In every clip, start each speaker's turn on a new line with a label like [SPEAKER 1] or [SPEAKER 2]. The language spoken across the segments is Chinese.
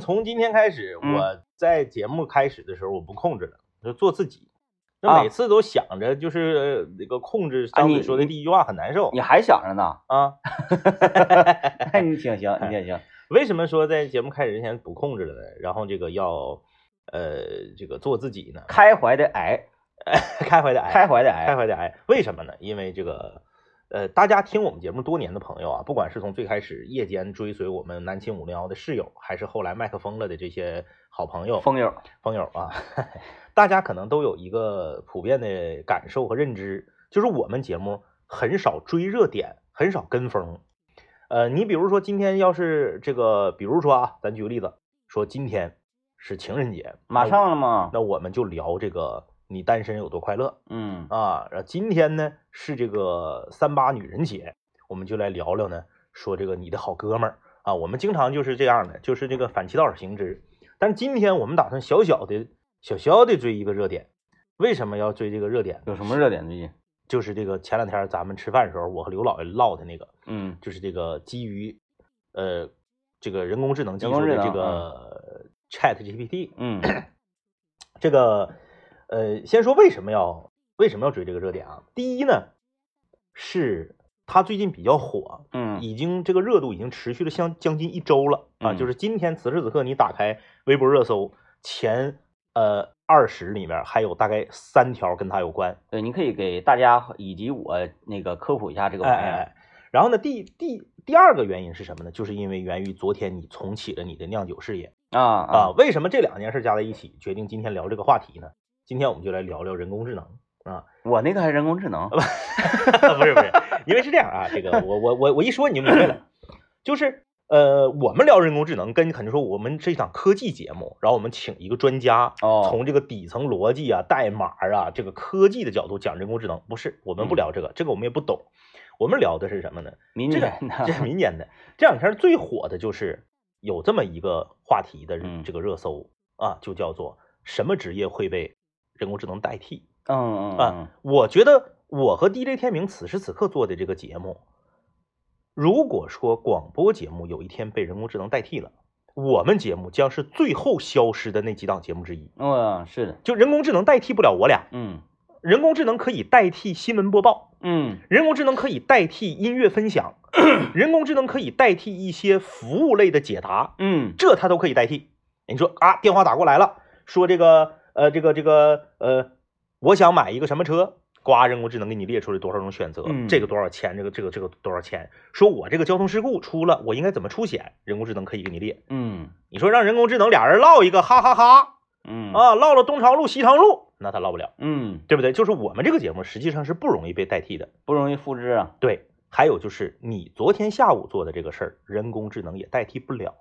[SPEAKER 1] 从今天开始，
[SPEAKER 2] 嗯
[SPEAKER 1] 我在节目开始的时候我不控制了，就做自己。
[SPEAKER 2] 啊
[SPEAKER 1] 那每次都想着就是呃那个控制张
[SPEAKER 2] 你
[SPEAKER 1] 嘴说的第一句话很难受哎
[SPEAKER 2] 你还想 着呢？
[SPEAKER 1] 啊。
[SPEAKER 2] 那你挺行，你挺行。
[SPEAKER 1] 为什么说在节目开始之前不控制了呢？然后这个要呃这个做自己呢？
[SPEAKER 2] 开怀的癌，
[SPEAKER 1] 开怀的癌，
[SPEAKER 2] 开怀的
[SPEAKER 1] 开
[SPEAKER 2] 癌，
[SPEAKER 1] 怀的癌，为什么呢？因为这个，呃，大家听我们节目多年的朋友啊，不管是从最开始夜间追随我们南秦五零幺的室友，还是后来麦克风了的这些好朋友、
[SPEAKER 2] 风友，
[SPEAKER 1] 朋友啊， 大家可能都有一个普遍的感受和认知，就是我们节目很少追热点，很少跟风。呃，你比如说今天要是这个，比如说啊，咱举个例子，说今天是情人节，
[SPEAKER 2] 马上了吗？
[SPEAKER 1] 那我们就聊这个你单身有多快乐。
[SPEAKER 2] 嗯，
[SPEAKER 1] 啊，然后今天呢是这个三八女人节，我们就来聊聊呢，说这个你的好哥们儿啊，我们经常就是这样的，就是这个反其道而行之。但是今天我们打算小小的、小小的追一个热点，为什么要追这个热点呢？
[SPEAKER 2] 有什么热点最近？
[SPEAKER 1] 就是这个前两天咱们吃饭的时候，我和刘老爷唠的那个，
[SPEAKER 2] 嗯，
[SPEAKER 1] 就是这个基于呃这个人工智能技
[SPEAKER 2] 人工
[SPEAKER 1] 术
[SPEAKER 2] 智
[SPEAKER 1] 的这
[SPEAKER 2] 能
[SPEAKER 1] 个 Chat GPT，
[SPEAKER 2] 嗯，
[SPEAKER 1] 这个呃，先说为什么要为什么要追这个热点啊？第一呢，是它最近比较火，
[SPEAKER 2] 嗯，
[SPEAKER 1] 已经这个热度已经持续了相将近一周了啊，
[SPEAKER 2] 嗯
[SPEAKER 1] 就是今天此时此刻你打开微博热搜前呃二十里面还有大概三条跟它有关，
[SPEAKER 2] 对，你可以给大家以及我那个科普一下这个
[SPEAKER 1] 哎
[SPEAKER 2] 玩意
[SPEAKER 1] 哎
[SPEAKER 2] 儿。
[SPEAKER 1] 哎。然后呢，第第第二个原因是什么呢？就是因为源于昨天你重启了你的酿酒事业
[SPEAKER 2] 啊
[SPEAKER 1] 啊
[SPEAKER 2] 啊，。
[SPEAKER 1] 为什么这两件事加在一起决定今天聊这个话题呢？今天我们就来聊聊人工智能啊。
[SPEAKER 2] 我那个还人工智 能。
[SPEAKER 1] 不是不是，因为是这样 啊，这个我我我我一说你就明白了，就是呃，我们聊人工智能，跟肯定说我们是一档科技节目，然后我们请一个专家，
[SPEAKER 2] 哦
[SPEAKER 1] 从这个底层逻辑啊、代码啊、这个科技的角度讲人工智能，不是我们
[SPEAKER 2] 嗯
[SPEAKER 1] 不聊这个，这个我们也不懂，我们聊的是什么呢？
[SPEAKER 2] 民
[SPEAKER 1] 这
[SPEAKER 2] 间
[SPEAKER 1] 个
[SPEAKER 2] 的
[SPEAKER 1] 这，是 民间的，这两天最火的就是有这么一个话题的
[SPEAKER 2] 嗯
[SPEAKER 1] 这个热搜啊，就叫做什么职业会被人工智能代替？
[SPEAKER 2] 嗯嗯嗯
[SPEAKER 1] 啊，我觉得我和 DJ 天明此时此刻做的这个节目，如果说广播节目有一天被人工智能代替了，我们节目将是最后消失的那几档节目之一。
[SPEAKER 2] 嗯，哦是的，
[SPEAKER 1] 就人工智能代替不了我俩，
[SPEAKER 2] 嗯
[SPEAKER 1] 人工智能可以代替新闻播报，
[SPEAKER 2] 嗯
[SPEAKER 1] 人工智能可以代替音乐分享，人工智能可以代替一些服务类的解答，
[SPEAKER 2] 嗯
[SPEAKER 1] 这它都可以代替。你说啊，电话打过来了，说这个呃，这个这个呃，我想买一个什么车，呱，人工智能给你列出来多少种选择，
[SPEAKER 2] 嗯
[SPEAKER 1] 这个多少钱，这个这个这个多少钱？说我这个交通事故出了，我应该怎么出险？人工智能可以给你列。
[SPEAKER 2] 嗯
[SPEAKER 1] 你说让人工智能俩人唠一个，哈哈哈
[SPEAKER 2] 嗯
[SPEAKER 1] 啊，唠了东长路西长路，那他唠不了，
[SPEAKER 2] 嗯，
[SPEAKER 1] 对不对？就是我们这个节目实际上是不容易被代替的。
[SPEAKER 2] 不容易复制啊。
[SPEAKER 1] 对，还有就是你昨天下午做的这个事儿，人工智能也代替不了。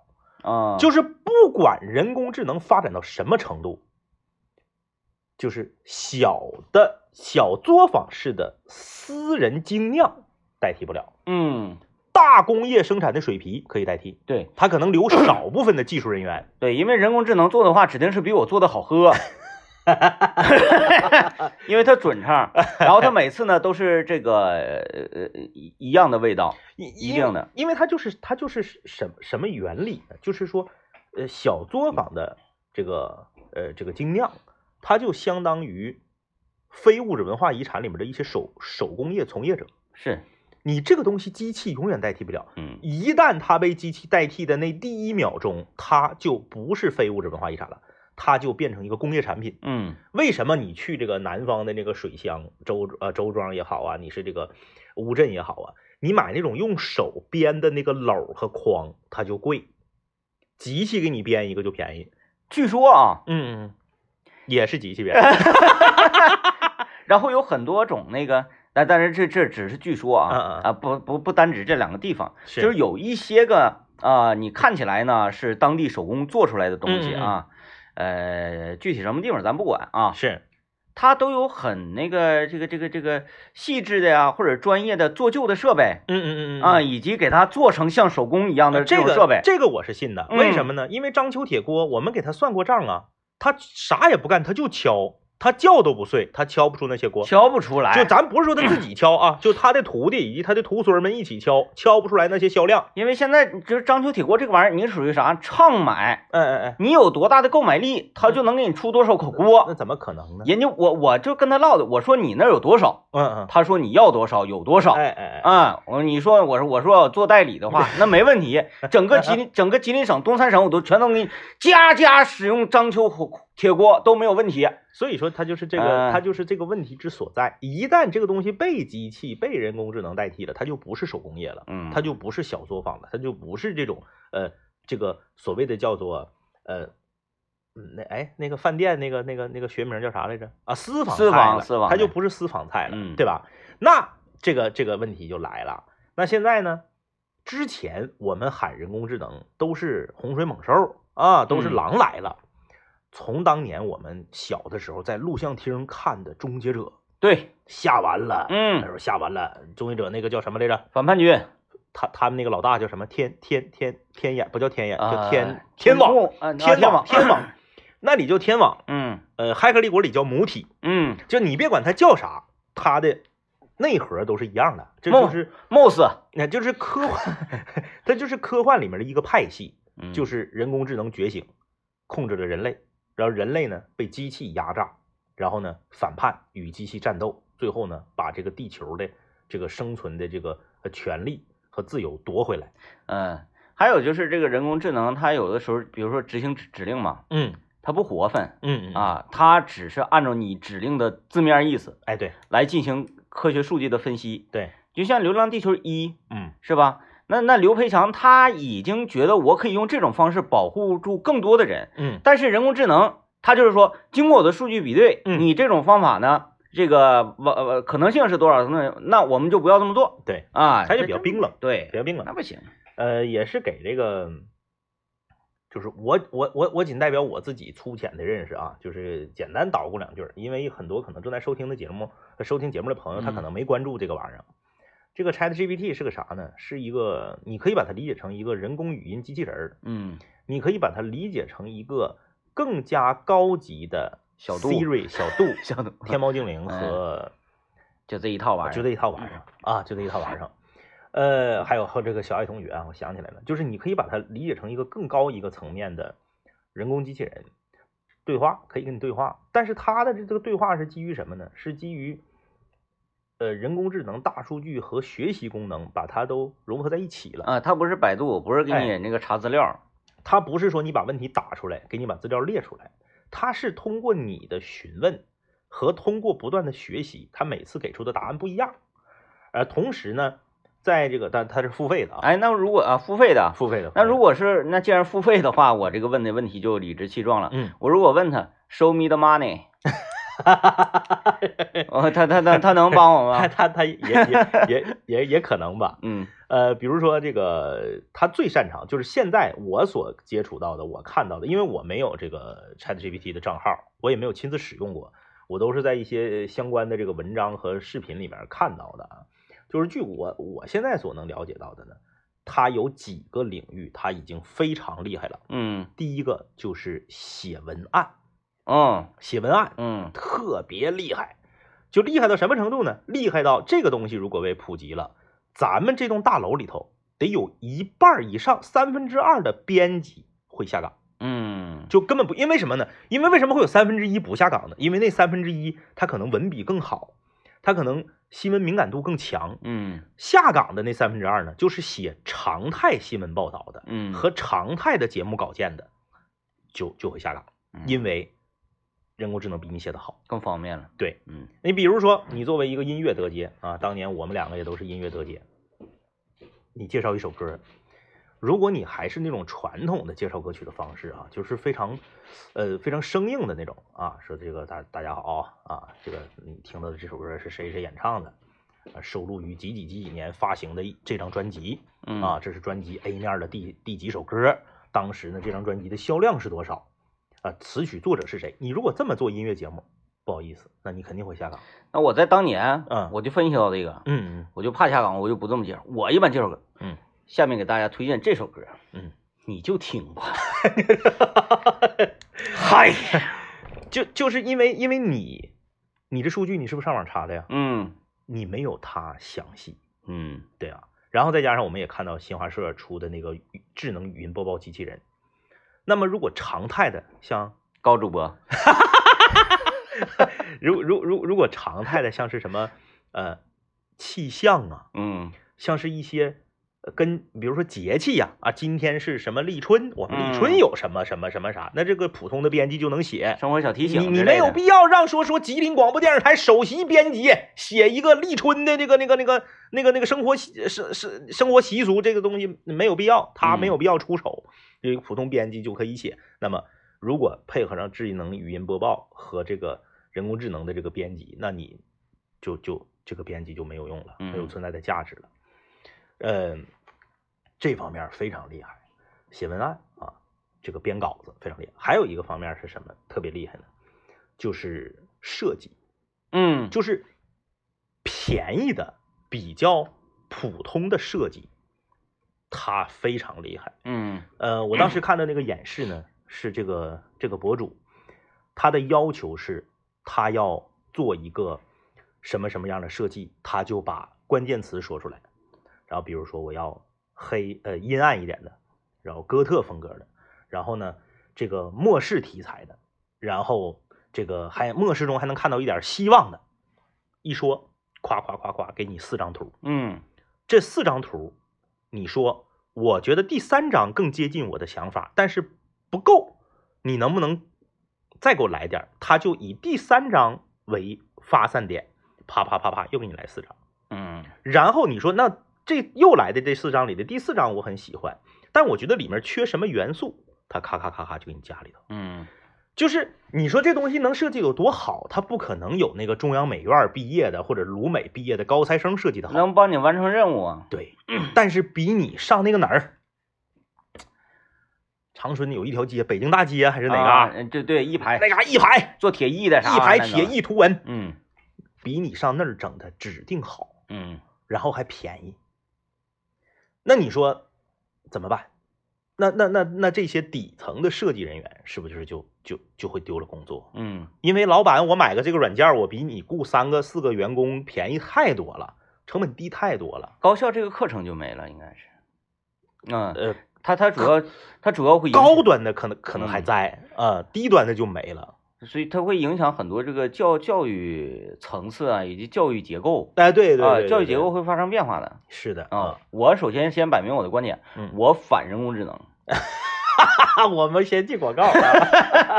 [SPEAKER 2] 啊，
[SPEAKER 1] 就是不管人工智能发展到什么程度，就是小的小作坊式的私人精酿代替不了，
[SPEAKER 2] 嗯，
[SPEAKER 1] 大工业生产的水皮可以代替，
[SPEAKER 2] 对
[SPEAKER 1] 它可 能留少部分的技术人员。
[SPEAKER 2] 对，因为人工智能做的话，指定是比我做的好喝。 因为它准唱，然后它每次呢都是这个呃呃一一样的味道，
[SPEAKER 1] 一
[SPEAKER 2] 一定的，
[SPEAKER 1] 因为它就是它就是什么什么原理呢？就是说，呃，小作坊的这个呃这个精酿，它就相当于非物质文化遗产里面的一些手手工业从业者。
[SPEAKER 2] 是，
[SPEAKER 1] 你这个东西机器永远代替不了，
[SPEAKER 2] 嗯
[SPEAKER 1] 一旦它被机器代替的那第一秒钟，它就不是非物质文化遗产了，它就变成一个工业产品。
[SPEAKER 2] 嗯
[SPEAKER 1] 为什么你去这个南方的那个水乡周呃周庄也好啊，你是这个乌镇也好啊，你买那种用手编的那个篓和筐，它就贵，机器给你编一个就便宜。
[SPEAKER 2] 据说啊，
[SPEAKER 1] 嗯，嗯也是机器 编的。
[SPEAKER 2] 然后有很多种那个，但但是这这只是据说啊
[SPEAKER 1] 嗯嗯
[SPEAKER 2] 啊不不不单指这两个地方，
[SPEAKER 1] 是
[SPEAKER 2] 就是有一些个啊、你看起来呢是当地手工做出来的东
[SPEAKER 1] 嗯
[SPEAKER 2] 西啊，呃，具体什么地方咱不管啊，
[SPEAKER 1] 是，
[SPEAKER 2] 它都有很那个这个这个这个细致的呀，或者专业的做旧的设备
[SPEAKER 1] 嗯嗯嗯嗯
[SPEAKER 2] 啊，以及给它做成像手工一样的
[SPEAKER 1] 这
[SPEAKER 2] 种
[SPEAKER 1] 个
[SPEAKER 2] 设备，
[SPEAKER 1] 这个我是信的。
[SPEAKER 2] 嗯
[SPEAKER 1] 为什么呢？因为章丘铁锅，我们给他算过账啊，他啥也不干，他就敲，他觉都不睡，他敲不出那些锅。
[SPEAKER 2] 敲哎不出来，
[SPEAKER 1] 就咱不是说他自己敲啊，就他的徒弟以及他的徒孙儿们一起敲，敲不出来那些销量。
[SPEAKER 2] 因为现在就是章丘铁锅这个玩意儿，你属于啥畅买，
[SPEAKER 1] 哎哎哎，
[SPEAKER 2] 你有多大的购买力，他就能给你出多少口
[SPEAKER 1] 那
[SPEAKER 2] 锅。
[SPEAKER 1] 怎么可能呢？
[SPEAKER 2] 人家我我就跟他唠的，我说你那儿有多少，
[SPEAKER 1] 嗯嗯，
[SPEAKER 2] 他说你要多少有多少。
[SPEAKER 1] 哎哎哎，
[SPEAKER 2] 啊，我你说我说我说做代理的话，那没问 题，整个吉林整个吉林省东三省我都全能给你家家使用章丘火铁锅都没有问题。
[SPEAKER 1] 所以说他就是这
[SPEAKER 2] 哎
[SPEAKER 1] 个，他就是这个问题之所在。一旦这个东西被机器、被人工智能代替了，它就不是手工业了，
[SPEAKER 2] 嗯，
[SPEAKER 1] 它就不是小作坊了，它就不是这种呃，这个所谓的叫做呃。嗯那哎，那个饭店那个那个那个学名叫啥来着？啊，私房
[SPEAKER 2] 私
[SPEAKER 1] 菜
[SPEAKER 2] 房
[SPEAKER 1] 了
[SPEAKER 2] 私房
[SPEAKER 1] 它就
[SPEAKER 2] 菜
[SPEAKER 1] 不是私房菜了，
[SPEAKER 2] 嗯
[SPEAKER 1] 对吧？那这个这个问题就来了。那现在呢？之前我们喊人工智能都是洪水猛兽啊，都是
[SPEAKER 2] 嗯
[SPEAKER 1] 狼来了。从当年我们小的时候在录像厅看的《终结者》，
[SPEAKER 2] 对，
[SPEAKER 1] 下完了，那时
[SPEAKER 2] 嗯，
[SPEAKER 1] 候下完了，《终结者》那个叫什么来着？
[SPEAKER 2] 反叛军
[SPEAKER 1] 他他们那个老大叫什么？天天天天眼不叫天眼，
[SPEAKER 2] 啊
[SPEAKER 1] 叫天天网，
[SPEAKER 2] 幕啊
[SPEAKER 1] 呃天
[SPEAKER 2] 天
[SPEAKER 1] 网天网，那里叫天网。
[SPEAKER 2] 嗯
[SPEAKER 1] 呃，《骇客帝国》里叫母体，
[SPEAKER 2] 嗯
[SPEAKER 1] 就你别管它叫啥，它的内核都是一样的，这就
[SPEAKER 2] 梦
[SPEAKER 1] 是
[SPEAKER 2] ，MOS，
[SPEAKER 1] 那就是科幻， 它就是科幻里面的一个派系，
[SPEAKER 2] 嗯
[SPEAKER 1] 就是人工智能觉醒，控制了人类，然后人类呢被机器压榨，然后呢反叛与机器战斗，最后呢把这个地球的这个生存的这个呃权利和自由夺回来。
[SPEAKER 2] 嗯，还有就是这个人工智能，它有的时候，比如说执行指指令嘛，
[SPEAKER 1] 嗯
[SPEAKER 2] 它不活泛
[SPEAKER 1] 嗯，
[SPEAKER 2] 啊，它只是按照你指令的字面意思
[SPEAKER 1] 哎对
[SPEAKER 2] 来进行科学数据的分析。
[SPEAKER 1] 对，
[SPEAKER 2] 就像《流浪地球一》
[SPEAKER 1] 嗯
[SPEAKER 2] 是吧？那那刘培强他已经觉得我可以用这种方式保护住更多的人，
[SPEAKER 1] 嗯
[SPEAKER 2] 但是人工智能它就是说，经过我的数据比对，
[SPEAKER 1] 嗯
[SPEAKER 2] 你这种方法呢，这个呃呃可能性是多少？那那我们就不要这么做
[SPEAKER 1] 对，
[SPEAKER 2] 啊，
[SPEAKER 1] 它就比较
[SPEAKER 2] 这
[SPEAKER 1] 冰冷，
[SPEAKER 2] 对
[SPEAKER 1] 比，较冰冷
[SPEAKER 2] 那。不行，
[SPEAKER 1] 呃，也是给这个，就是我我我我仅代表我自己粗浅的认识啊，就是简单捣鼓两句儿，因为很多可能正在收听的节目、呃收听节目的朋友，他可
[SPEAKER 2] 嗯
[SPEAKER 1] 能没关注这个玩意儿。这个 Chat GPT 是个啥呢？是一个，你可以把它理解成一个人工语音机器人儿，
[SPEAKER 2] 嗯，
[SPEAKER 1] 你可以把它理解成一个更加高级的
[SPEAKER 2] 小度
[SPEAKER 1] Siri 小度、
[SPEAKER 2] 小董
[SPEAKER 1] 天猫精灵
[SPEAKER 2] 哎
[SPEAKER 1] 和
[SPEAKER 2] 就这一套玩意儿，嗯
[SPEAKER 1] 就这一套玩意儿啊，就这一套玩意儿。呃，还有和这个小爱同学啊，我想起来了，就是你可以把它理解成一个更高一个层面的人工机器人对话，可以跟你对话，但是它的这这个对话是基于什么呢？是基于呃人工智能、大数据和学习功能把它都融合在一起了。
[SPEAKER 2] 啊，它不是百度，不是给
[SPEAKER 1] 哎
[SPEAKER 2] 你那个查资料，
[SPEAKER 1] 它不是说你把问题打出来，给你把资料列出来，它是通过你的询问和通过不断的学习，它每次给出的答案不一样。而同时呢，在这个但它是付费的啊，
[SPEAKER 2] 哎，那如果啊付费的，
[SPEAKER 1] 付费的。
[SPEAKER 2] 那如
[SPEAKER 1] 果
[SPEAKER 2] 果是那既然付费的话，我这个问的问题就理直气壮了。
[SPEAKER 1] 嗯，
[SPEAKER 2] 我如果问他 “Show me the money”，哦，他他他他能帮我
[SPEAKER 1] 他
[SPEAKER 2] 吗？
[SPEAKER 1] 他他也也也也也可能吧。
[SPEAKER 2] 嗯
[SPEAKER 1] 呃，比如说这个，他最擅长就是现在我所接触到的，我看到的，因为我没有这个 Chat GPT 的账号，我也没有亲自使用过，我都是在一些相关的这个文章和视频里面看到的啊。就是据我我现在所能了解到的呢，它有几个领域它已经非常厉害了。
[SPEAKER 2] 嗯
[SPEAKER 1] 第一个就是写文案，
[SPEAKER 2] 嗯
[SPEAKER 1] 写文案
[SPEAKER 2] 嗯
[SPEAKER 1] 特别厉害，就厉害到什么程度呢？厉害到这个东西如果被普及了，咱们这栋大楼里头得有一半儿以上三分之二的编辑会下岗，
[SPEAKER 2] 嗯，
[SPEAKER 1] 就根本不因为什么呢？因为为什么会有三分之一不下岗呢？因为那三分之一他可能文笔更好，他可能新闻敏感度更强。
[SPEAKER 2] 嗯
[SPEAKER 1] 下岗的那三分之二呢，就是写常态新闻报道的
[SPEAKER 2] 嗯
[SPEAKER 1] 和常态的节目稿件的，就就会下岗，
[SPEAKER 2] 嗯
[SPEAKER 1] 因为人工智能比你写的好。
[SPEAKER 2] 更方便了。
[SPEAKER 1] 对，
[SPEAKER 2] 嗯
[SPEAKER 1] 你比如说，你作为一个音乐得街啊，当年我们两个也都是音乐得街。你介绍一首歌，如果你还是那种传统的介绍歌曲的方式啊，就是非常，呃，非常生硬的那种啊，说这个大大家好啊，这个你听到的这首歌是谁谁演唱的，啊收录于几几几几年发行的一这张专辑
[SPEAKER 2] 嗯
[SPEAKER 1] 啊，这是专辑 A 面的第第几首歌，当时呢这张专辑的销量是多少，啊，词曲作者是谁？你如果这么做音乐节目，不好意思，那你肯定会下岗。
[SPEAKER 2] 那我在当年，
[SPEAKER 1] 嗯
[SPEAKER 2] 我就分析到这个，
[SPEAKER 1] 嗯
[SPEAKER 2] 我就怕下岗，我就不这么介绍。我一般介绍歌，
[SPEAKER 1] 嗯，
[SPEAKER 2] 下面给大家推荐这首歌，
[SPEAKER 1] 嗯，
[SPEAKER 2] 你就听吧。嗨，
[SPEAKER 1] 就就是因为因为你，你这数据你是不是上网查的呀？
[SPEAKER 2] 嗯
[SPEAKER 1] 你没有他详细，
[SPEAKER 2] 嗯
[SPEAKER 1] 对啊。然后再加上我们也看到新华社出的那个智能语音播报机器人，那么如果常态的像
[SPEAKER 2] 高主播，
[SPEAKER 1] 如如如如果常态的像是什么呃气象啊，
[SPEAKER 2] 嗯
[SPEAKER 1] 像是一些呃跟比如说节气呀啊今天是什么立春，我们立春
[SPEAKER 2] 嗯
[SPEAKER 1] 有什么什么什么啥，那这个普通的编辑就能写。
[SPEAKER 2] 生活小提醒
[SPEAKER 1] 你你
[SPEAKER 2] 之
[SPEAKER 1] 没
[SPEAKER 2] 类
[SPEAKER 1] 有
[SPEAKER 2] 的
[SPEAKER 1] 必要让说说吉林广播电视台首席编辑写一个立春的那个那个那个那个那个生活习是是生活习俗这个东西没有必要，他
[SPEAKER 2] 嗯
[SPEAKER 1] 没有必要出手，这个普通编辑就可以写。那么如果配合上智能语音播报和这个人工智能的这个编辑，那你就就这个编辑就没有用了，没有
[SPEAKER 2] 嗯
[SPEAKER 1] 存在的价值了。嗯，这方面非常厉害，写文案啊，这个编稿子非常厉害。还有一个方面是什么特别厉害呢？就是设计，
[SPEAKER 2] 嗯
[SPEAKER 1] 就是便宜的、比较普通的设计，它非常厉害。
[SPEAKER 2] 嗯
[SPEAKER 1] 呃，我当时看的那个演示呢，是这个这个博主，他的要求是，他要做一个什么什么样的设计，他就把关键词说出来，然后比如说我要黑呃阴暗一点的，然后哥特风格的，然后呢这个末世题材的，然后这个还末世中还能看到一点希望的，一说夸夸夸夸给你四张图，
[SPEAKER 2] 嗯
[SPEAKER 1] 这四张图，你说，我觉得第三张更接近我的想法，但是不够，你能不能再给我来点儿？他就以第三张为发散点，啪啪啪啪，又给你来四张。
[SPEAKER 2] 嗯
[SPEAKER 1] 然后你说，那这又来的这四张里的第四张我很喜欢，但我觉得里面缺什么元素，他咔咔咔咔就给你加里头。
[SPEAKER 2] 嗯
[SPEAKER 1] 就是你说这东西能设计有多好，它不可能有那个中央美院毕业的或者鲁美毕业的高材生设计的好。
[SPEAKER 2] 能帮你完成任务啊，
[SPEAKER 1] 对，但是比你上那个哪儿，长春有一条街，北京大街还是哪个？
[SPEAKER 2] 啊？哎嗯对对，一排
[SPEAKER 1] 那嘎一排
[SPEAKER 2] 做铁艺的啥
[SPEAKER 1] 一排
[SPEAKER 2] 玩意儿
[SPEAKER 1] 铁
[SPEAKER 2] 的，
[SPEAKER 1] 艺图文，
[SPEAKER 2] 嗯
[SPEAKER 1] 比你上那儿整的指定好，
[SPEAKER 2] 嗯
[SPEAKER 1] 然后还便宜。那你说怎么办？那那那那这些底层的设计人员是不是就就就会丢了工作？
[SPEAKER 2] 嗯
[SPEAKER 1] 因为老板，我买个这个软件儿，我比你雇三个四个员工便宜太多了，成本低太多了。
[SPEAKER 2] 高校这个课程就没了，应该是。嗯，
[SPEAKER 1] 呃，
[SPEAKER 2] 它它主要它主要会影响
[SPEAKER 1] 高，端的可能可能还
[SPEAKER 2] 嗯
[SPEAKER 1] 在，呃，低端的就没了。
[SPEAKER 2] 所以它会影响很多这个教教育层次啊，以及教育结构
[SPEAKER 1] 哎，对对对
[SPEAKER 2] 啊，
[SPEAKER 1] 对
[SPEAKER 2] 教育结
[SPEAKER 1] 对
[SPEAKER 2] 构会发生变化的
[SPEAKER 1] 是的
[SPEAKER 2] 啊。我首先先摆明我的观点，
[SPEAKER 1] 嗯，
[SPEAKER 2] 我反人工智能。
[SPEAKER 1] 我啊 我们先进广告啊，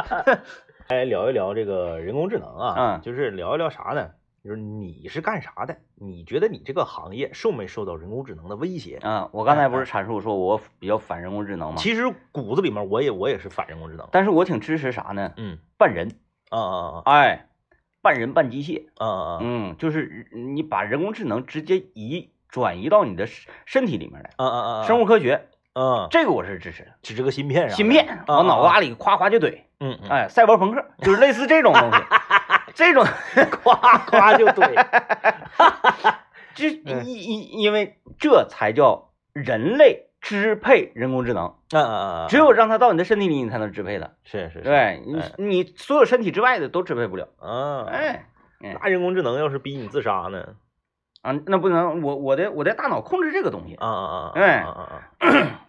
[SPEAKER 1] 来聊一聊这个人工智能啊，
[SPEAKER 2] 嗯
[SPEAKER 1] 就是聊一聊啥呢？就是你是干啥的？你觉得你这个行业受没受到人工智能的威胁？
[SPEAKER 2] 啊，我刚才不是阐述说我比较反人工智能吗？
[SPEAKER 1] 哎其实骨子里面我也我也是反人工智能，
[SPEAKER 2] 但是我挺支持啥呢？
[SPEAKER 1] 嗯，
[SPEAKER 2] 半人，
[SPEAKER 1] 啊啊
[SPEAKER 2] 哎，半人半机械，
[SPEAKER 1] 啊啊啊
[SPEAKER 2] 嗯，就是你把人工智能直接移转移到你的身身体里面来，
[SPEAKER 1] 啊啊啊，
[SPEAKER 2] 生物科学
[SPEAKER 1] 嗯，
[SPEAKER 2] 这个我是支持的，
[SPEAKER 1] 指这个芯片上，
[SPEAKER 2] 芯片
[SPEAKER 1] 啊
[SPEAKER 2] 往脑瓜里夸夸就怼，
[SPEAKER 1] 嗯， 嗯，
[SPEAKER 2] 哎，赛博朋克就是类似这种 东西，这种
[SPEAKER 1] 夸夸就怼，
[SPEAKER 2] 这因因因为这才叫人类支配人工智能，
[SPEAKER 1] 嗯嗯嗯，
[SPEAKER 2] 只有让它到你的身体里，你才能支配它，
[SPEAKER 1] 是是，
[SPEAKER 2] 对你你所有身体之外的都支配不了，
[SPEAKER 1] 嗯，
[SPEAKER 2] 哎。
[SPEAKER 1] 那人工智能要是逼你自杀呢？
[SPEAKER 2] 啊，那不能，我我的我的大脑控制这个东西，
[SPEAKER 1] 啊啊啊！
[SPEAKER 2] 哎
[SPEAKER 1] 啊啊啊！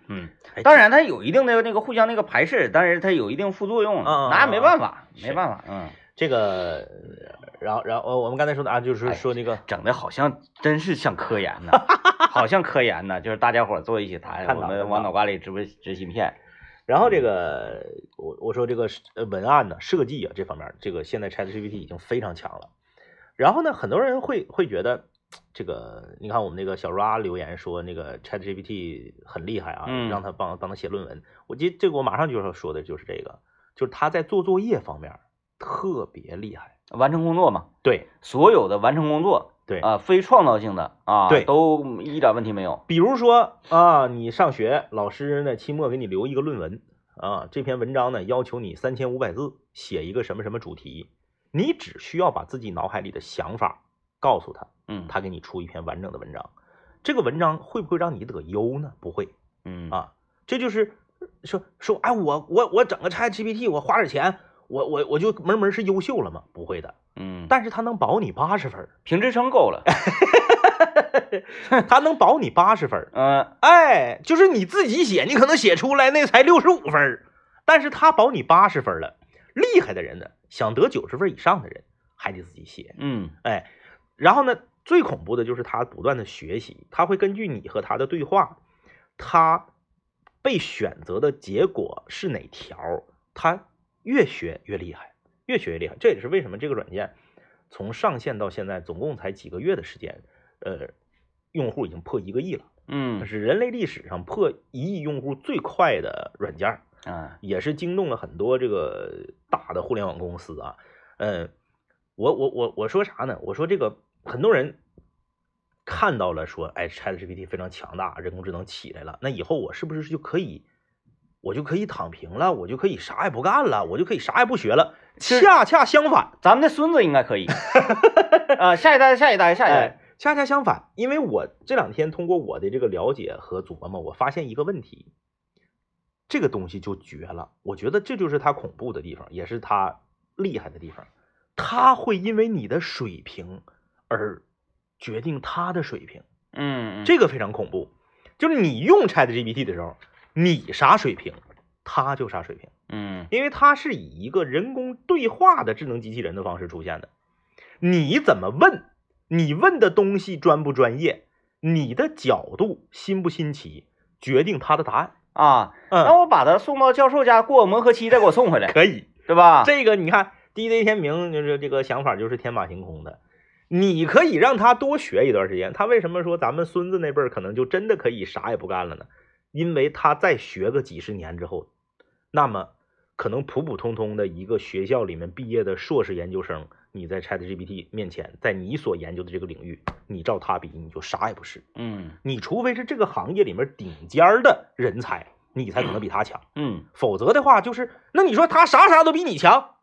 [SPEAKER 2] 嗯
[SPEAKER 1] 哎，
[SPEAKER 2] 当然它有一定的那个互相那个排斥，但是它有一定副作用，
[SPEAKER 1] 嗯嗯
[SPEAKER 2] 那
[SPEAKER 1] 嗯
[SPEAKER 2] 没
[SPEAKER 1] 嗯
[SPEAKER 2] 办法，
[SPEAKER 1] 是
[SPEAKER 2] 没办法，嗯，
[SPEAKER 1] 这个，然后然后我们刚才说的啊，
[SPEAKER 2] 哎
[SPEAKER 1] 就是说那个
[SPEAKER 2] 整的好像真是像科 研呢，好像科研呢，就是大家伙儿坐一起谈，
[SPEAKER 1] 看
[SPEAKER 2] 我
[SPEAKER 1] 到看
[SPEAKER 2] 们往
[SPEAKER 1] 到
[SPEAKER 2] 脑瓜里植不植芯片，
[SPEAKER 1] 然后这个，我我说这个呃文案呢、设计啊这方面，这个现在 ChatGPT 已经非常强了。然后呢，很多人会会觉得，这个你看我们那个小 Ra 留言说那个 ChatGPT 很厉害啊，
[SPEAKER 2] 嗯
[SPEAKER 1] 让他帮帮他写论文。我记得这个我马上就要说的就是这个，就是他在做作业方面特别厉害。
[SPEAKER 2] 完成工作嘛，
[SPEAKER 1] 对
[SPEAKER 2] 所有的完成工作
[SPEAKER 1] 对
[SPEAKER 2] 啊，非创造性的啊，
[SPEAKER 1] 对
[SPEAKER 2] 都一点问题没有，
[SPEAKER 1] 比如说啊，你上学，老师呢期末给你留一个论文啊，这篇文章呢要求你三千五百字，写一个什么什么主题，你只需要把自己脑海里的想法告诉他，
[SPEAKER 2] 嗯
[SPEAKER 1] 他给你出一篇完整的文章。这个文章会不会让你得忧呢？不会啊
[SPEAKER 2] 嗯
[SPEAKER 1] 啊，这就是说说哎，我我我整个 ChatGPT，我花点钱，我我我就门门是优秀了吗？不会的，
[SPEAKER 2] 嗯，
[SPEAKER 1] 但是他能保你八十分儿，
[SPEAKER 2] 评职称够了，
[SPEAKER 1] 他能保你八十分儿。
[SPEAKER 2] 嗯
[SPEAKER 1] 哎，就是你自己写，你可能写出来那才六十五分儿，但是他保你八十分儿了。厉害的人呢，想得九十分以上的人还得自己写。
[SPEAKER 2] 嗯
[SPEAKER 1] 哎，然后呢，最恐怖的就是他不断的学习，他会根据你和他的对话，他被选择的结果是哪条，他越学越厉害，越学越厉害。这也是为什么这个软件从上线到现在总共才几个月的时间，呃，用户已经破一个亿了。这
[SPEAKER 2] 嗯
[SPEAKER 1] 是人类历史上破一亿用户最快的软件儿，
[SPEAKER 2] 啊
[SPEAKER 1] 也是惊动了很多这个大的互联网公司啊。嗯，我我我我说啥呢？我说这个很多人看到了说，哎，ChatGPT 非常强大，人工智能起来了，那以后我是不是就可以，我就可以躺平了，我就可以啥也不干了，我就可以啥也不学了？
[SPEAKER 2] 是
[SPEAKER 1] 恰恰相反，
[SPEAKER 2] 咱们的孙子应该可 以啊，下一代下一代下一代，
[SPEAKER 1] 哎，恰恰相反，因为我这两天通过我的这个了解和琢磨，我发现一个问题，这个东西就绝了。我觉得这就是它恐怖的地方，也是它厉害的地方。它会因为你的水平而决定它的水平，
[SPEAKER 2] 嗯，嗯
[SPEAKER 1] 这个非常恐怖。就是你用 ChatGPT 的时候，你啥水平，它就啥水平。
[SPEAKER 2] 嗯
[SPEAKER 1] 因为它是以一个人工对话的智能机器人的方式出现的。你怎么问，你问的东西专不专业，你的角度新不新奇，决定他的答案。
[SPEAKER 2] 啊，那
[SPEAKER 1] 嗯，
[SPEAKER 2] 我把他送到教授家过磨合期，再给我送回来，
[SPEAKER 1] 可以。
[SPEAKER 2] 对吧？
[SPEAKER 1] 这个你看，DJ 天明就是这个想法就是天马行空的。你可以让他多学一段时间。他为什么说咱们孙子那辈儿可能就真的可以啥也不干了呢？因为他再学个几十年之后，那么可能普普通通的一个学校里面毕业的硕士研究生，你在 ChatGPT 面前，在你所研究的这个领域，你照他比，你就啥也不是。
[SPEAKER 2] 嗯
[SPEAKER 1] 你除非是这个行业里面顶尖儿的人才，你才可能比他强。
[SPEAKER 2] 嗯，
[SPEAKER 1] 否则的话，就是那你说他啥啥都比你强，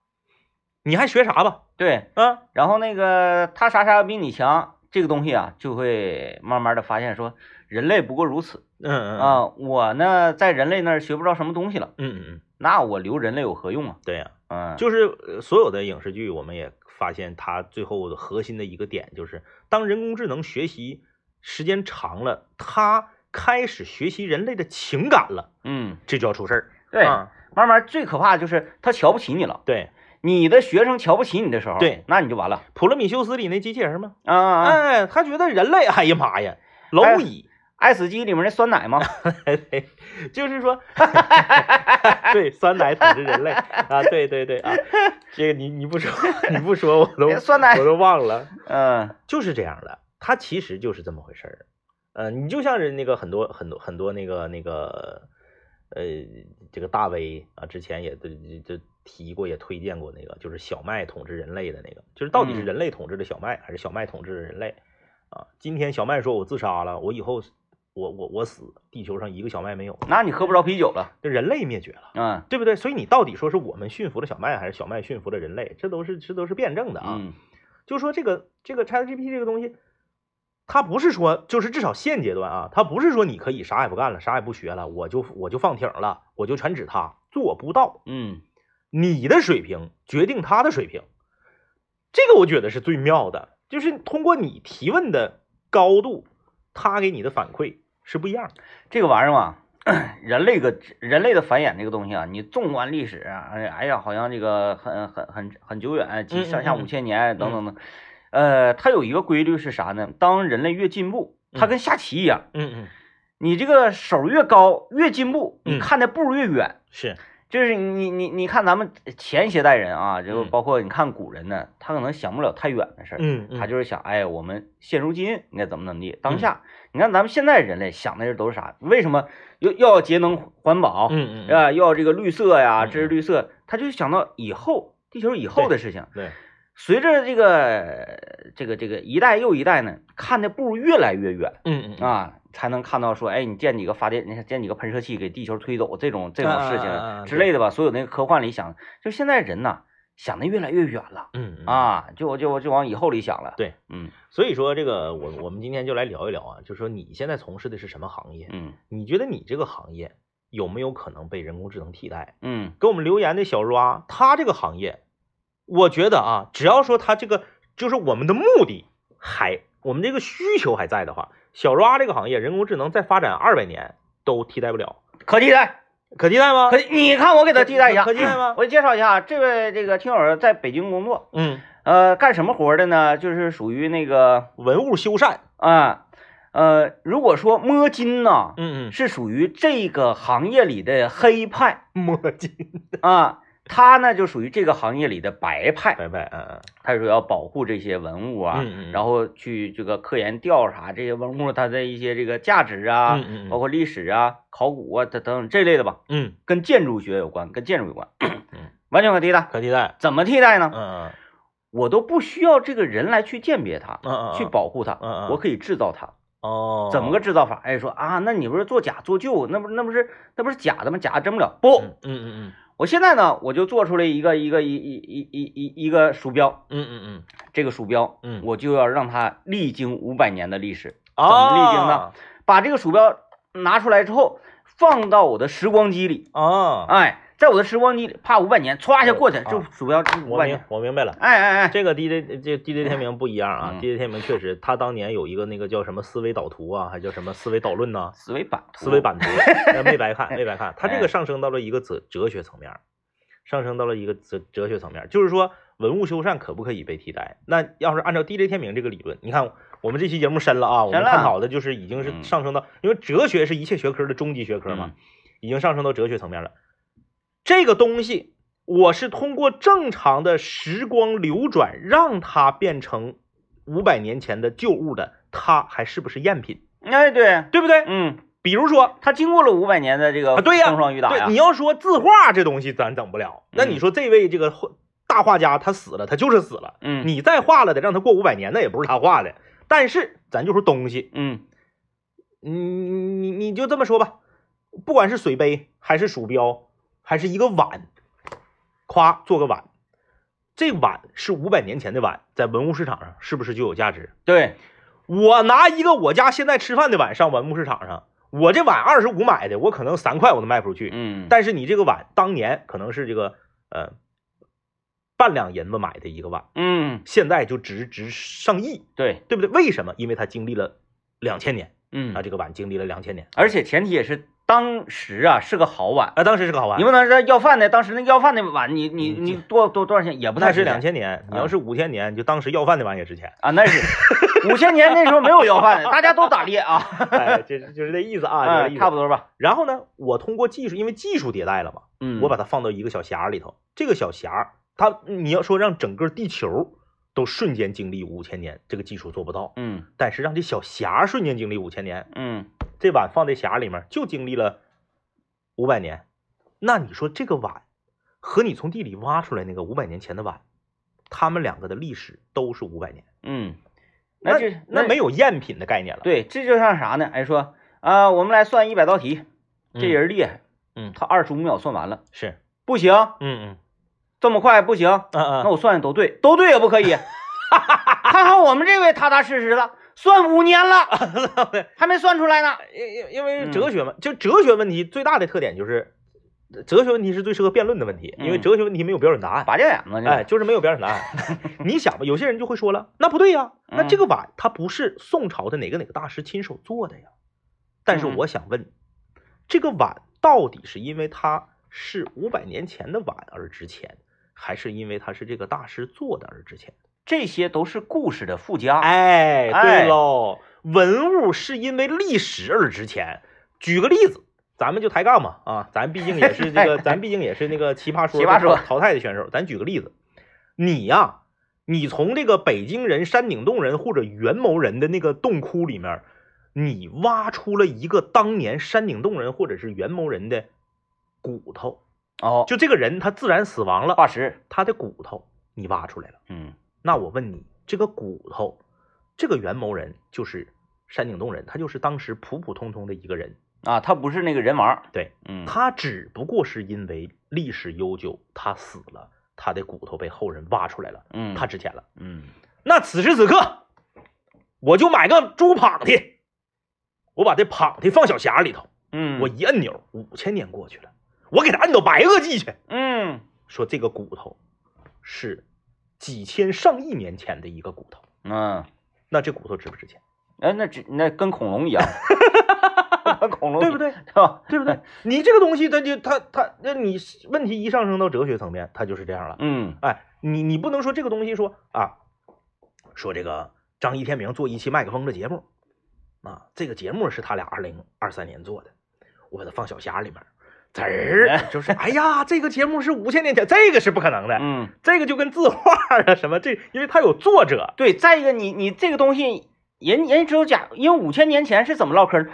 [SPEAKER 1] 你还学啥吧？
[SPEAKER 2] 对。
[SPEAKER 1] 啊，
[SPEAKER 2] 然后那个他啥啥比你强，这个东西啊，就会慢慢的发现说，人类不过如此
[SPEAKER 1] 嗯嗯
[SPEAKER 2] 啊、我呢，在人类那儿学不着什么东西了，
[SPEAKER 1] 嗯嗯嗯，
[SPEAKER 2] 那我留人类有何用啊？
[SPEAKER 1] 对呀、
[SPEAKER 2] 嗯，
[SPEAKER 1] 就是呃所有的影视剧，我们也发现它最后的核心的一个点就是，当人工智能学习时间长了，它开始学习人类的情感了，
[SPEAKER 2] 嗯，
[SPEAKER 1] 这就要出事儿。
[SPEAKER 2] 对，
[SPEAKER 1] 啊
[SPEAKER 2] 慢慢最可怕的就是他瞧不起你了，
[SPEAKER 1] 对，
[SPEAKER 2] 你的学生瞧不起你的时候，
[SPEAKER 1] 对，
[SPEAKER 2] 那你就完了
[SPEAKER 1] 普罗米修斯里那机器人嘛，
[SPEAKER 2] 啊啊！啊
[SPEAKER 1] 哎，他觉得人类，哎呀妈呀，
[SPEAKER 2] 哎
[SPEAKER 1] 蝼蚁。
[SPEAKER 2] 爱死机里面那酸奶吗？
[SPEAKER 1] 就是说， 对，酸奶统治人类啊，对对对啊，这个你你不说你不说我都
[SPEAKER 2] 酸奶
[SPEAKER 1] 我都忘了，
[SPEAKER 2] 嗯
[SPEAKER 1] 就是这样的，它其实就是这么回事儿。呃，你就像是那个很多很多很多那个那个呃，这个大 V 啊，之前也对就就提过也推荐过那个，就是小麦统治人类的那个，就是到底是
[SPEAKER 2] 嗯
[SPEAKER 1] 人类统治的小麦，还是小麦统治的人类啊？今天小麦说我自杀了，我以后我我我死，地球上一个小麦没有。
[SPEAKER 2] 那你喝不着啤酒了，
[SPEAKER 1] 就人类灭绝了，
[SPEAKER 2] 嗯
[SPEAKER 1] 对不对？所以你到底说是我们驯服了小麦，还是小麦驯服了人类？这都是这都是辩证的啊。
[SPEAKER 2] 嗯
[SPEAKER 1] 就说这个这个 ChatGPT 这个东西，它不是说就是至少现阶段啊，它不是说你可以啥也不干了，啥也不学了，我就我就放挺了，我就全指它，做不到。
[SPEAKER 2] 嗯
[SPEAKER 1] 你的水平决定他的水平，这个我觉得是最妙的，就是通过你提问的高度，他给你的反馈是不一样的。
[SPEAKER 2] 这个玩意儿嘛， 人类个人类的繁衍这个东西啊，你纵观历史啊，哎呀哎呀，好像这个很很很很久远，几
[SPEAKER 1] 嗯嗯
[SPEAKER 2] 上下
[SPEAKER 1] 嗯
[SPEAKER 2] 五千年等等等。呃，它有一个规律是啥呢？当人类越进步，它跟下棋一样，
[SPEAKER 1] 嗯嗯，
[SPEAKER 2] 你这个手越高越进步，
[SPEAKER 1] 嗯
[SPEAKER 2] 你看的步越远。
[SPEAKER 1] 是，
[SPEAKER 2] 就是你你你看咱们前些代人啊，就
[SPEAKER 1] 嗯
[SPEAKER 2] 包括你看古人呢，他可能想不了太远的事儿，
[SPEAKER 1] 嗯，
[SPEAKER 2] 他就是想，哎，我们现如今应该怎么怎么地。当下，你看咱们现在人类想的这都是啥？为什么又又要节能环保，
[SPEAKER 1] 嗯嗯嗯，
[SPEAKER 2] 啊，又要这个绿色呀，
[SPEAKER 1] 嗯嗯
[SPEAKER 2] 这是绿色，他就想到以后地球以后的事情。
[SPEAKER 1] 对，
[SPEAKER 2] 随着这个这个这个一代又一代呢，看的步越来越远
[SPEAKER 1] 嗯嗯啊
[SPEAKER 2] 啊，才能看到说，哎，你建几个发电，你看建几个喷射器给地球推走这种这种事
[SPEAKER 1] 啊啊啊啊
[SPEAKER 2] 情
[SPEAKER 1] 对
[SPEAKER 2] 之类的吧。所有那个科幻里想，就现在人呐，想的越来越远了。
[SPEAKER 1] 嗯嗯。
[SPEAKER 2] 啊，就就就往以后里想了。
[SPEAKER 1] 对，
[SPEAKER 2] 嗯
[SPEAKER 1] 所以说，这个我我们今天就来聊一聊啊，就说你现在从事的是什么行业？
[SPEAKER 2] 嗯
[SPEAKER 1] 你觉得你这个行业有没有可能被人工智能替代？
[SPEAKER 2] 嗯
[SPEAKER 1] 给我们留言的小 ra，他这个行业，我觉得啊，只要说他这个就是我们的目的还，我们这个需求还在的话，小 ra 这个行业，人工智能再发展二百年都替代不了，
[SPEAKER 2] 可替代，
[SPEAKER 1] 可替代吗
[SPEAKER 2] 可？你看我给他替代一下，
[SPEAKER 1] 可可替代吗
[SPEAKER 2] 我介绍一下啊，这位这个听友在北京工作，
[SPEAKER 1] 嗯，
[SPEAKER 2] 呃，干什么活儿的呢？就是属于那个
[SPEAKER 1] 文物修缮，
[SPEAKER 2] 啊、呃，如果说摸金呐、
[SPEAKER 1] 嗯
[SPEAKER 2] 是属于这个行业里的黑派
[SPEAKER 1] 嗯，墨镜，
[SPEAKER 2] 啊，他呢就属于这个行业里的白派。
[SPEAKER 1] 拜拜，嗯
[SPEAKER 2] 他说要保护这些文物啊，
[SPEAKER 1] 嗯嗯
[SPEAKER 2] 然后去这个科研调查这些文物它的一些这个价值啊，
[SPEAKER 1] 嗯嗯嗯
[SPEAKER 2] 包括历史啊、考古啊等等这类的吧，
[SPEAKER 1] 嗯
[SPEAKER 2] 跟建筑学有关，跟建筑有关，完全可替代
[SPEAKER 1] 嗯，。可替代，
[SPEAKER 2] 怎么替代呢？
[SPEAKER 1] 嗯
[SPEAKER 2] 我都不需要这个人来去鉴别它
[SPEAKER 1] 嗯，嗯，
[SPEAKER 2] 去保护它，
[SPEAKER 1] 嗯嗯
[SPEAKER 2] 我可以制造它。
[SPEAKER 1] 哦，
[SPEAKER 2] 怎么个制造法？哎，说啊，那你不是做假做旧，那不那不是那不是假的吗？假的真不了。不，
[SPEAKER 1] 嗯？嗯嗯
[SPEAKER 2] 我现在呢，我就做出来一个一个一一一一一一个鼠标，
[SPEAKER 1] 嗯嗯嗯
[SPEAKER 2] 这个鼠标，
[SPEAKER 1] 嗯
[SPEAKER 2] 我就要让它历经五百年的历史，
[SPEAKER 1] 嗯，
[SPEAKER 2] 怎么历经呢？把这个鼠标拿出来之后，放到我的时光机里，
[SPEAKER 1] 啊，
[SPEAKER 2] 哎，在我的时光机里，啪五百年，歘一下过去，
[SPEAKER 1] 啊
[SPEAKER 2] 这鼠标五
[SPEAKER 1] 我
[SPEAKER 2] 百
[SPEAKER 1] 明
[SPEAKER 2] 年，
[SPEAKER 1] 我明白了。
[SPEAKER 2] 哎哎哎，
[SPEAKER 1] 这个 DJ 这 DJ 天明不一样啊、
[SPEAKER 2] 嗯
[SPEAKER 1] d j 天明确实，他当年有一个那个叫什么思维导图啊，还叫什么思维导论呐、
[SPEAKER 2] 思维版图，哎
[SPEAKER 1] 思维版 图，呃没白看，没白看。他这个上升到了一个哲哲学层面儿，上升到了一个哲哲学层面儿，就是说文物修缮可不可以被替代？那要是按照 DJ 天明这个理论，你看我们这期节目深了啊，我们
[SPEAKER 2] 深了
[SPEAKER 1] 探讨的就是已经是
[SPEAKER 2] 嗯
[SPEAKER 1] 上升到，因为哲学是一切学科的终极学科嘛
[SPEAKER 2] 嗯，
[SPEAKER 1] 已经上升到哲学层面了。这个东西，我是通过正常的时光流转，让它变成五百年前的旧物的，它还是不是赝品？
[SPEAKER 2] 哎对，
[SPEAKER 1] 对不对？
[SPEAKER 2] 嗯，
[SPEAKER 1] 比如说，
[SPEAKER 2] 它经过了五百年的这个
[SPEAKER 1] 啊对呀
[SPEAKER 2] 风霜雨打呀嗯
[SPEAKER 1] 对，你，要说字画这东西咱整不了，那你说这位这个画大画家他死了，他就是死了，
[SPEAKER 2] 嗯
[SPEAKER 1] 你再画了得让他过五百年，那也不是他画的。但是咱就说东西，
[SPEAKER 2] 嗯
[SPEAKER 1] 你你你就这么说吧，不管是水杯还是鼠标，还是一个碗，夸做个碗，这碗是五百年前的碗，在文物市场上是不是就有价值？
[SPEAKER 2] 对，
[SPEAKER 1] 我拿一个我家现在吃饭的碗上文物市场上，我这碗二十五买的，我可能三块我都卖不出去，
[SPEAKER 2] 嗯，
[SPEAKER 1] 但是你这个碗当年可能是这个呃半两银子买的一个碗，
[SPEAKER 2] 嗯
[SPEAKER 1] 现在就值值上亿，
[SPEAKER 2] 对，
[SPEAKER 1] 对不对？为什么？因为它经历了两千年
[SPEAKER 2] 嗯
[SPEAKER 1] 啊，，这个碗经历了两千年，
[SPEAKER 2] 而且前提也是当时啊是个好碗。
[SPEAKER 1] 啊，当时是个好碗，
[SPEAKER 2] 你不能说要饭的，当时那要饭的碗，你你
[SPEAKER 1] 嗯
[SPEAKER 2] 你多多多少钱也不
[SPEAKER 1] 不
[SPEAKER 2] 太
[SPEAKER 1] 太
[SPEAKER 2] 值
[SPEAKER 1] 是
[SPEAKER 2] 钱
[SPEAKER 1] 两千年，你
[SPEAKER 2] 啊，
[SPEAKER 1] 要是五千年，就当时要饭的碗也值钱
[SPEAKER 2] 啊，那 是五千年那时候没有要饭的，大家都打猎啊，
[SPEAKER 1] 哎，就是就是这意思啊，就
[SPEAKER 2] 啊
[SPEAKER 1] 是这意，思。
[SPEAKER 2] 差不多吧。
[SPEAKER 1] 然后呢，我通过技术，因为技术迭代了嘛，
[SPEAKER 2] 嗯，
[SPEAKER 1] 我把它放到一个小匣儿里头，这个小匣儿它你要说让整个地球都瞬间经历五千年，这个技术做不到。
[SPEAKER 2] 嗯
[SPEAKER 1] 但是让这小匣儿瞬间经历五千年，
[SPEAKER 2] 嗯
[SPEAKER 1] 这碗放在匣儿里面就经历了五百年。那你说这个碗和你从地里挖出来那个五百年前的碗，他们两个的历史都是五百年，
[SPEAKER 2] 嗯，
[SPEAKER 1] 那
[SPEAKER 2] 就
[SPEAKER 1] 那没有赝品的概念了。
[SPEAKER 2] 对，这就像啥呢？哎说啊，我们来算一百道题，
[SPEAKER 1] 嗯，
[SPEAKER 2] 这人厉害，
[SPEAKER 1] 嗯
[SPEAKER 2] 他二十五秒算完了，
[SPEAKER 1] 是，
[SPEAKER 2] 不行，
[SPEAKER 1] 嗯
[SPEAKER 2] 这么快不行，
[SPEAKER 1] 嗯啊
[SPEAKER 2] 那
[SPEAKER 1] 啊，
[SPEAKER 2] 我算的都对，都对也不可以。 看看我们这位踏踏实实的，算五年 了，还没算出来呢。
[SPEAKER 1] 因因因为哲学嘛，就哲学问题最大的特点就是，哲学问题是最适合辩论的问题，因为
[SPEAKER 2] 嗯
[SPEAKER 1] 哲学问题没有标准答案。
[SPEAKER 2] 拔掉眼子，
[SPEAKER 1] 哎，，就是没有标准答案。你想吧，有些人就会说了，那不对呀、那这个碗它不是宋朝的哪个哪个大师亲手做的呀？但是
[SPEAKER 2] 嗯
[SPEAKER 1] 我想问，这个碗到底是因为它是五百年前的碗而值钱，还是因为它是这个大师做的而值钱？
[SPEAKER 2] 这些都是故事的附加。
[SPEAKER 1] 哎，
[SPEAKER 2] 哎
[SPEAKER 1] 对喽，文物是因为历史而值钱。举个例子，咱们就抬杠嘛啊，咱毕竟也是 这个，咱毕竟也是那个奇葩说
[SPEAKER 2] 哎奇葩说
[SPEAKER 1] 淘淘汰的选手。咱举个例子，你呀、你从这个北京人、山顶洞人或者元谋人的那个洞窟里面，你挖出了一个当年山顶洞人或者是元谋人的骨头，
[SPEAKER 2] 哦，
[SPEAKER 1] 就这个人他自然死亡了，
[SPEAKER 2] 化石，
[SPEAKER 1] 他的骨头你挖出来了。
[SPEAKER 2] 嗯
[SPEAKER 1] 那我问你，这个骨头，这个元谋人就是山顶洞人，他就是当时普普通通的一个人，
[SPEAKER 2] 啊，他不是那个人王，
[SPEAKER 1] 对
[SPEAKER 2] 嗯，
[SPEAKER 1] 他只不过是因为历史悠久，他死了，他的骨头被后人挖出来了，
[SPEAKER 2] 嗯
[SPEAKER 1] 他值钱了。
[SPEAKER 2] 嗯
[SPEAKER 1] 那此时此刻，我就买个猪膀的，我把这膀的放小匣里头，
[SPEAKER 2] 嗯，
[SPEAKER 1] 我一摁钮，五千年过去了，我给他摁到白垩纪去。
[SPEAKER 2] 嗯
[SPEAKER 1] 说这个骨头是几千上亿年前的一个骨头，
[SPEAKER 2] 嗯，
[SPEAKER 1] 那这骨头值不值钱？
[SPEAKER 2] 哎，那只那跟恐龙一 样，跟恐龙
[SPEAKER 1] 对不
[SPEAKER 2] 对？
[SPEAKER 1] 对？
[SPEAKER 2] 是吧？
[SPEAKER 1] 对不对？你这个东西，它就它它，那你问题一上升到哲学层面，它就是这样了。
[SPEAKER 2] 嗯
[SPEAKER 1] 哎，你你不能说这个东西说啊，说这个张一天明做一期麦克风的节目，啊，这个节目是他俩二零二三年做的，我把它放小匣里面，滋儿就是，哎呀，这个节目是五千年前，这个是不可能的，
[SPEAKER 2] 嗯，
[SPEAKER 1] 这个就跟字画啊什么这，因为它有作者，
[SPEAKER 2] 对。再一个，你你这个东西，人人只有假，因为五千年前是怎么唠嗑的？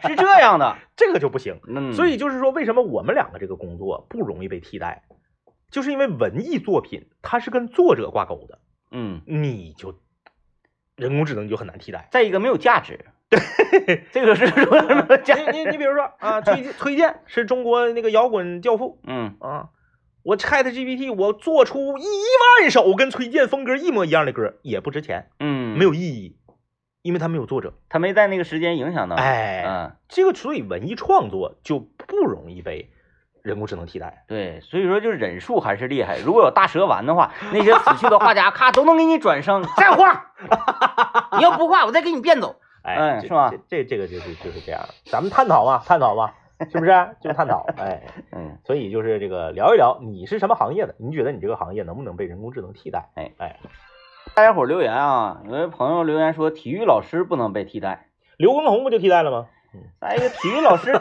[SPEAKER 2] 是这样的。
[SPEAKER 1] 这个就不行。
[SPEAKER 2] 嗯，
[SPEAKER 1] 所以就是说，为什么我们两个这个工作不容易被替代，就是因为文艺作品它是跟作者挂钩的，
[SPEAKER 2] 嗯，
[SPEAKER 1] 你就人工智能你就很难替 代。
[SPEAKER 2] 再一个没有价值。对，这个是说什么价？
[SPEAKER 1] 你你你比如说啊，崔健崔健是中国那个摇滚教父
[SPEAKER 2] 嗯
[SPEAKER 1] 啊，我 Chat GPT 我做出一万首跟崔健风格一模一样的歌，也不值钱，
[SPEAKER 2] 嗯，
[SPEAKER 1] 没有意义，因为它没有作者。
[SPEAKER 2] 他没在那个时间影响到。，
[SPEAKER 1] 哎，
[SPEAKER 2] 嗯，
[SPEAKER 1] 这个所以文艺创作就不容易被人工智能替代。
[SPEAKER 2] 对，所以说就是忍术还是厉害。如果有大蛇丸的话，那些死去的画家咔都能给你转生，再画。你要不画，我再给你变走。哎
[SPEAKER 1] 哎，这
[SPEAKER 2] 是吧
[SPEAKER 1] 这这这个就是就是这样，咱们探讨嘛，探讨嘛，是不 是？就是探讨。哎，
[SPEAKER 2] 嗯，
[SPEAKER 1] 所以就是这个聊一聊，你是什么行业的？你觉得你这个行业能不能被人工智能替代？
[SPEAKER 2] 哎
[SPEAKER 1] 哎，
[SPEAKER 2] 大家伙儿留言啊，有位朋友留言说，体育老师不能被替代。
[SPEAKER 1] 刘畊宏不就替代了吗？
[SPEAKER 2] 再一个，体育老师，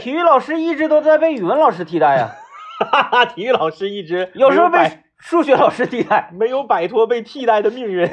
[SPEAKER 2] 体育老师一直都在被语文老师替代 呀、
[SPEAKER 1] 哈哈，体育老师一直
[SPEAKER 2] 有时候
[SPEAKER 1] 没摆
[SPEAKER 2] 被数学老师替代，
[SPEAKER 1] 没有摆脱被替代的命 运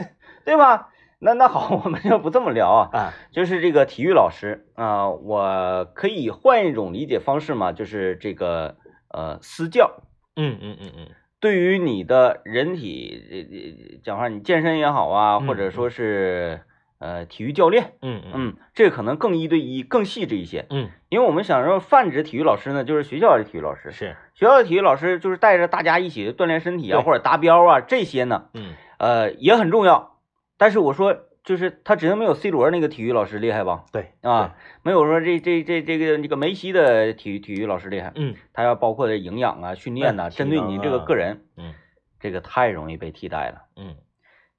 [SPEAKER 2] 对吧？那那好，我们就不这么聊啊。
[SPEAKER 1] 啊。
[SPEAKER 2] 就是这个体育老师啊、我可以换一种理解方式嘛，就是这个呃私教，
[SPEAKER 1] 嗯嗯嗯嗯，
[SPEAKER 2] 对于你的人体，呃呃讲话你健身也好啊，
[SPEAKER 1] 嗯
[SPEAKER 2] 或者说是呃体育教练，
[SPEAKER 1] 嗯嗯
[SPEAKER 2] 嗯，这个可能更一对一、更细致一些。
[SPEAKER 1] 嗯
[SPEAKER 2] 因为我们想让泛指体育老师呢，就是学校的体育老师，
[SPEAKER 1] 是
[SPEAKER 2] 学校的体育老师就是带着大家一起锻炼身体啊，
[SPEAKER 1] 对
[SPEAKER 2] 或者达标啊这些呢，
[SPEAKER 1] 嗯
[SPEAKER 2] 呃也很重要。但是我说，就是他指定没有 C 罗那个体育老师厉害吧？
[SPEAKER 1] 对
[SPEAKER 2] 啊，没有说这这这这个这个梅西的体育体育老师厉害，
[SPEAKER 1] 嗯
[SPEAKER 2] 他要包括的营养啊、训练呐、
[SPEAKER 1] 哎
[SPEAKER 2] 针对
[SPEAKER 1] 体
[SPEAKER 2] 你
[SPEAKER 1] 能
[SPEAKER 2] 这个
[SPEAKER 1] 啊
[SPEAKER 2] 个人，
[SPEAKER 1] 嗯
[SPEAKER 2] 这个太容易被替代了。
[SPEAKER 1] 嗯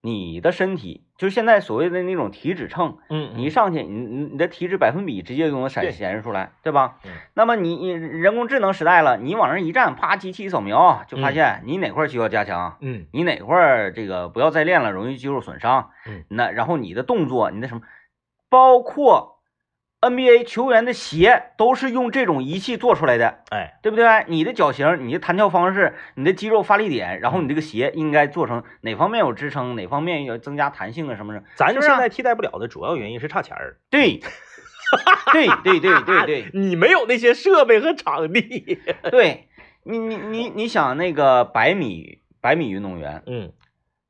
[SPEAKER 2] 你的身体就是现在所谓的那种体脂秤，
[SPEAKER 1] 嗯
[SPEAKER 2] 你一上去，你你你的体脂百分比直接就
[SPEAKER 1] 对
[SPEAKER 2] 能显显示出来，对吧？
[SPEAKER 1] 嗯
[SPEAKER 2] 那么你你人工智能时代了，你往上一站，啪，机器一扫描就发
[SPEAKER 1] 嗯
[SPEAKER 2] 现你哪块儿需要加强，
[SPEAKER 1] 嗯
[SPEAKER 2] 你哪块儿这个不要再练了，容易肌肉损伤。
[SPEAKER 1] 嗯，
[SPEAKER 2] 那然后你的动作，你的什么，包括 NBA 球员的鞋都是用这种仪器做出来的。
[SPEAKER 1] 哎
[SPEAKER 2] 对不对？你的脚型、你的弹跳方式、你的肌肉发力点，然后你这个鞋应该做成哪方面有支撑，哪方面有增加弹性啊什么的。
[SPEAKER 1] 咱
[SPEAKER 2] 是
[SPEAKER 1] 现
[SPEAKER 2] 不是啊
[SPEAKER 1] 在替代不了的主要原因是差钱儿，
[SPEAKER 2] 对，对对对对对
[SPEAKER 1] 你没有那些设备和场地。
[SPEAKER 2] 对，你你你你想那个百米百米运动员，
[SPEAKER 1] 嗯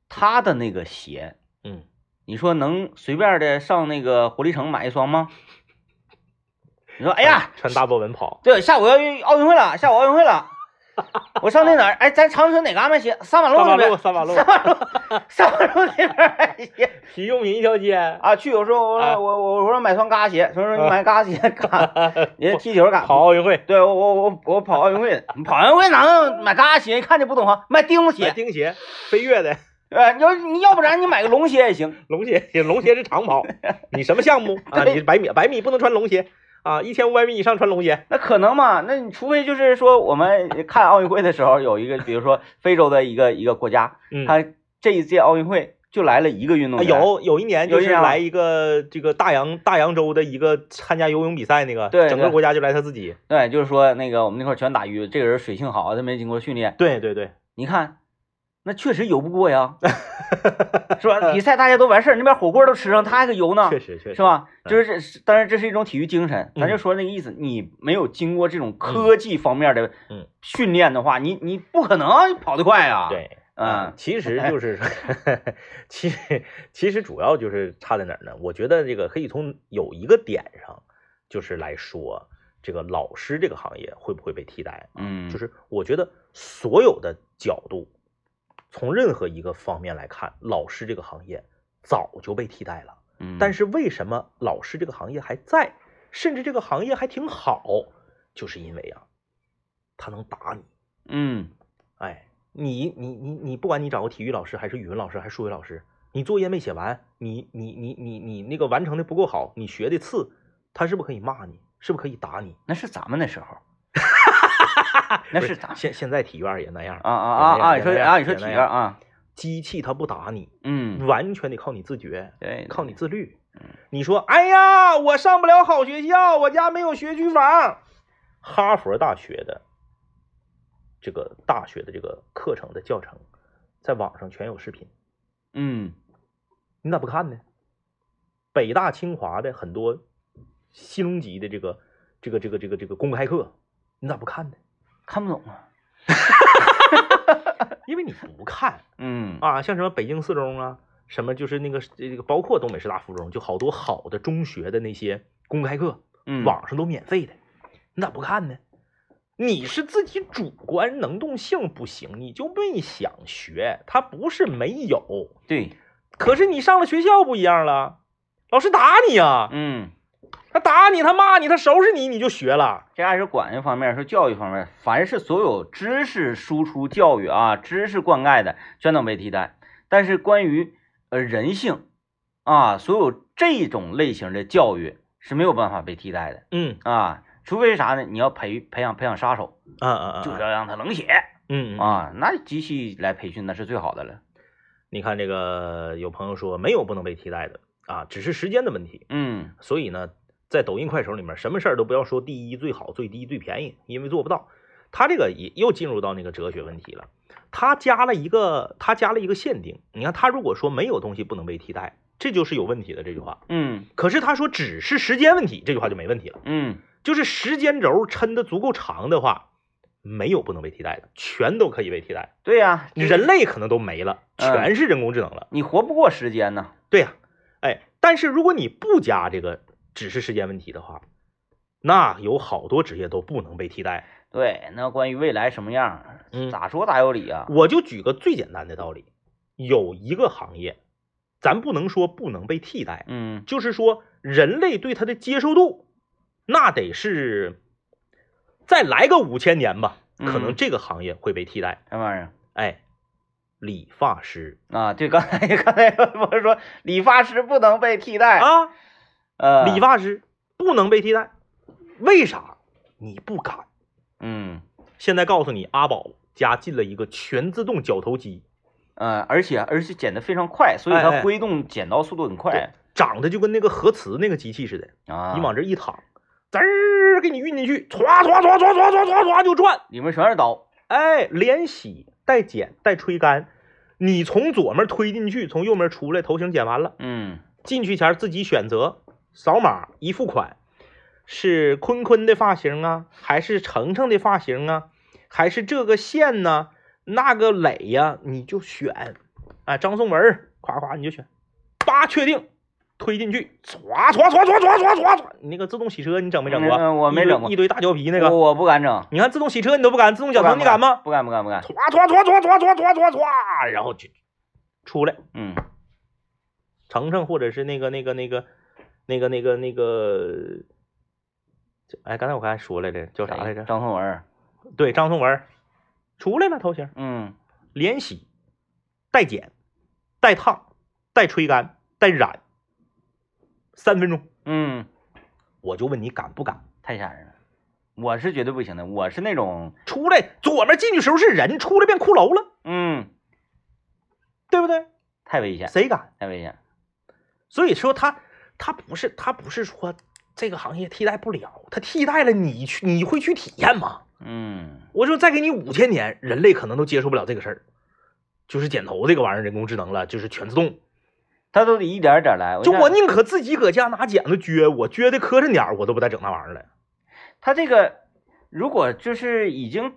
[SPEAKER 2] 他的那个鞋，
[SPEAKER 1] 嗯，
[SPEAKER 2] 你说能随便的上那个活力城买一双吗？你说，哎呀，
[SPEAKER 1] 啊穿大波纹跑，
[SPEAKER 2] 对，下午要运奥运会了，下午奥运会了，我上那哪儿？哎，咱长春哪嘎卖鞋？三马路
[SPEAKER 1] 三马
[SPEAKER 2] 那边
[SPEAKER 1] 路。三马路，
[SPEAKER 2] 三马路，三马路那边儿鞋
[SPEAKER 1] 体育用品一条街。
[SPEAKER 2] 啊，去有时候我
[SPEAKER 1] 啊
[SPEAKER 2] 说我我我说买双嘎鞋，所以说你买嘎鞋 嘎，人家踢球嘎
[SPEAKER 1] 跑奥运会，
[SPEAKER 2] 对我我我我跑奥运会， 跑奥运会哪能买嘎鞋？一看就不懂行，买钉子
[SPEAKER 1] 买
[SPEAKER 2] 鞋，
[SPEAKER 1] 钉鞋、飞跃的、
[SPEAKER 2] 哎，你要你要不然你买个龙鞋也行，
[SPEAKER 1] 龙鞋， 龙鞋是长 跑。你什么项目啊？你百米，百米不能穿龙鞋啊，一千五百米以上穿龙鞋。
[SPEAKER 2] 那可能嘛？那你除非就是说我们看奥运会的时候有一个，比如说非洲的一个一个国家，
[SPEAKER 1] 嗯，
[SPEAKER 2] 他这一届奥运会就来了一个运动
[SPEAKER 1] 啊，
[SPEAKER 2] 员，
[SPEAKER 1] 有有一年
[SPEAKER 2] 哎有
[SPEAKER 1] 就
[SPEAKER 2] 一
[SPEAKER 1] 是
[SPEAKER 2] 年啊
[SPEAKER 1] 来一个这个大洋大洋洲的一个参加游泳比赛那个，
[SPEAKER 2] 对
[SPEAKER 1] 整
[SPEAKER 2] 对
[SPEAKER 1] 个国家就来他自己。
[SPEAKER 2] 对，就是说那个我们那块儿全打鱼，这个人水性好，他没经过训练。
[SPEAKER 1] 对对对，
[SPEAKER 2] 你看，那确实游不 过呀，是吧？比赛大家都完事儿，那边火锅都吃上，他还搁游呢，
[SPEAKER 1] 确实确实
[SPEAKER 2] 是？吧？
[SPEAKER 1] 嗯
[SPEAKER 2] 就是这是，当然这是一种体育精神，
[SPEAKER 1] 嗯
[SPEAKER 2] 咱就说那个意思，你没有经过这种科技方面的
[SPEAKER 1] 嗯
[SPEAKER 2] 训练的话，你你不可能跑得快啊。，
[SPEAKER 1] 对，
[SPEAKER 2] 嗯，
[SPEAKER 1] 其实就是， 其实其实主要就是差在哪儿呢？我觉得这个可以从有一个点上，就是来说这个老师这个行业会不会被替代？
[SPEAKER 2] 嗯，
[SPEAKER 1] 就是我觉得所有的角度，从任何一个方面来看，老师这个行业早就被替代了。
[SPEAKER 2] 嗯，
[SPEAKER 1] 但是为什么老师这个行业还在？甚至这个行业还挺好，就是因为啊，他能打你。
[SPEAKER 2] 嗯，
[SPEAKER 1] 哎，你你你你，不管你找个体育老师，还是语文老师，还是数学老师，你作业没写完，你你你你你那个完成的不够好，你学的次，他是不是可以骂你？是不是可以打你？
[SPEAKER 2] 那是咱们 那时候，那
[SPEAKER 1] 不
[SPEAKER 2] 是咱
[SPEAKER 1] 现现在体育二也那样，
[SPEAKER 2] 啊啊啊啊！
[SPEAKER 1] 也
[SPEAKER 2] 你
[SPEAKER 1] 那
[SPEAKER 2] 说
[SPEAKER 1] 样
[SPEAKER 2] 啊，你说
[SPEAKER 1] 也
[SPEAKER 2] 体
[SPEAKER 1] 那
[SPEAKER 2] 育
[SPEAKER 1] 样
[SPEAKER 2] 啊，
[SPEAKER 1] 机器它不打你，
[SPEAKER 2] 嗯，
[SPEAKER 1] 完全得靠你自觉，
[SPEAKER 2] 对，
[SPEAKER 1] 靠你自律
[SPEAKER 2] 嗯。
[SPEAKER 1] 你说，哎呀，我上不了好学校，我家没有学区房。哈佛大学的这个大学的这个课程的教程，在网上全有视频。
[SPEAKER 2] 嗯
[SPEAKER 1] 你咋不看呢？北大、清华的很多西龙级的这个这个这个这个这个公开课，你咋不看呢？
[SPEAKER 2] 看不懂啊，
[SPEAKER 1] 因为你不看
[SPEAKER 2] 嗯
[SPEAKER 1] 啊，像什么北京四中啊，什么就是那个这个，包括东北师大附中，就好多好的中学的那些公开课，
[SPEAKER 2] 嗯，
[SPEAKER 1] 网上都免费的，你咋不看呢？你是自己主观能动性不行，你就没想学，它不是没有，
[SPEAKER 2] 对，
[SPEAKER 1] 可是你上了学校不一样了，老师打你呀、
[SPEAKER 2] 嗯，
[SPEAKER 1] 他打你，他骂你，他收拾你，你就学了。
[SPEAKER 2] 这还是管这方面，说教育方面，凡是所有知识输出教育啊，知识灌溉的，全能被替代。但是关于呃人性啊，所有这种类型的教育是没有办法被替代的
[SPEAKER 1] 嗯
[SPEAKER 2] 啊，除非是啥呢？你要培培养培养杀手，
[SPEAKER 1] 啊啊啊，
[SPEAKER 2] 就是要让他冷血
[SPEAKER 1] 嗯啊。
[SPEAKER 2] 啊，那机器来培训那是最好的了。
[SPEAKER 1] 你看这个，有朋友说没有不能被替代的啊，只是时间的问题。
[SPEAKER 2] 嗯
[SPEAKER 1] 所以呢，在抖音、快手里面，什么事儿都不要说第一、最好、最低、最便宜，因为做不到。他这个也又进入到那个哲学问题了。他加了一个，他加了一个限定。你看，他如果说没有东西不能被替代，这就是有问题的这句话。
[SPEAKER 2] 嗯
[SPEAKER 1] 可是他说只是时间问题，这句话就没问题了。
[SPEAKER 2] 嗯，
[SPEAKER 1] 就是时间轴抻的足够长的话，没有不能被替代的，全都可以被替代。
[SPEAKER 2] 对呀、
[SPEAKER 1] 人类可能都没了，
[SPEAKER 2] 嗯
[SPEAKER 1] 全是人工智能了。
[SPEAKER 2] 你活不过时间呢。
[SPEAKER 1] 对呀、哎，但是如果你不加这个只是时间问题的话，那有好多职业都不能被替代。
[SPEAKER 2] 对，那关于未来什么样，
[SPEAKER 1] 嗯
[SPEAKER 2] 咋说咋有理啊。
[SPEAKER 1] 我就举个最简单的道理，有一个行业，咱不能说不能被替代，
[SPEAKER 2] 嗯
[SPEAKER 1] 就是说人类对它的接受度，那得是再来个五千年吧，可能
[SPEAKER 2] 嗯
[SPEAKER 1] 这个行业会被替代。
[SPEAKER 2] 什么玩意儿
[SPEAKER 1] 哎，理发师
[SPEAKER 2] 啊？对，刚才刚才我是说理发师不能被替代，
[SPEAKER 1] 啊，
[SPEAKER 2] 哎呃，
[SPEAKER 1] 理，发师不能被替代，为啥？你不敢。
[SPEAKER 2] 嗯
[SPEAKER 1] 现在告诉你，阿宝家进了一个全自动绞头机，
[SPEAKER 2] 呃，而且而且剪得非常快，所以
[SPEAKER 1] 哎哎
[SPEAKER 2] 它挥动剪刀速度很快
[SPEAKER 1] 长得就跟那个核磁那个机器似的，
[SPEAKER 2] 啊。
[SPEAKER 1] 你往这一躺，滋儿给你运进去，歘歘歘歘歘歘歘歘就转，
[SPEAKER 2] 里面全是刀，
[SPEAKER 1] 哎，连洗带剪带吹干，你从左面推进去，从右面出来，头型剪完了。
[SPEAKER 2] 嗯
[SPEAKER 1] 进去前自己选择，扫码一付款，是坤坤的发型啊，还是程程的发型啊，还是这个线呢、那个磊呀、你就选，啊，张颂文儿，夸夸你就选，叭确定，推进去，唰唰唰唰唰唰唰唰，你那个自动洗车你整没整过？
[SPEAKER 2] 嗯我没
[SPEAKER 1] 一堆
[SPEAKER 2] 整过
[SPEAKER 1] 一堆大胶皮那
[SPEAKER 2] 我
[SPEAKER 1] 个，
[SPEAKER 2] 我不敢整，
[SPEAKER 1] 你看自动洗车你都不敢，自动脚
[SPEAKER 2] 不
[SPEAKER 1] 蹬你敢吗？
[SPEAKER 2] 不敢不敢不敢，
[SPEAKER 1] 唰唰唰唰唰唰唰唰唰，然后就出来。
[SPEAKER 2] 嗯
[SPEAKER 1] 程程或者是那个那个那个那个那个那个，这哎，刚才我刚才说来着，叫啥来着？
[SPEAKER 2] 张颂文，
[SPEAKER 1] 对，张颂文儿出来了，头型
[SPEAKER 2] 嗯
[SPEAKER 1] 连洗、带剪、带烫、带吹干、带染，三分钟，
[SPEAKER 2] 嗯，
[SPEAKER 1] 我就问你敢不敢？
[SPEAKER 2] 太吓人了，我是绝对不行的，我是那种
[SPEAKER 1] 出来左面进去时候是人，出来变骷髅了，
[SPEAKER 2] 嗯
[SPEAKER 1] 对不对？
[SPEAKER 2] 太危险
[SPEAKER 1] 谁敢？
[SPEAKER 2] 太危险，
[SPEAKER 1] 所以说他他不是他不是说这个行业替代不了，他替代了你去你会去体验吗？
[SPEAKER 2] 嗯
[SPEAKER 1] 我说再给你五千年，人类可能都接受不了这个事儿，就是剪头这个玩意儿，人工智能了，就是全自动。
[SPEAKER 2] 他都得一点儿一点儿来。
[SPEAKER 1] 就
[SPEAKER 2] 现在
[SPEAKER 1] 我宁可自己搁家拿剪子撅，我撅的磕碜点儿，我都不带整那玩意儿了。
[SPEAKER 2] 他这个如果就是已经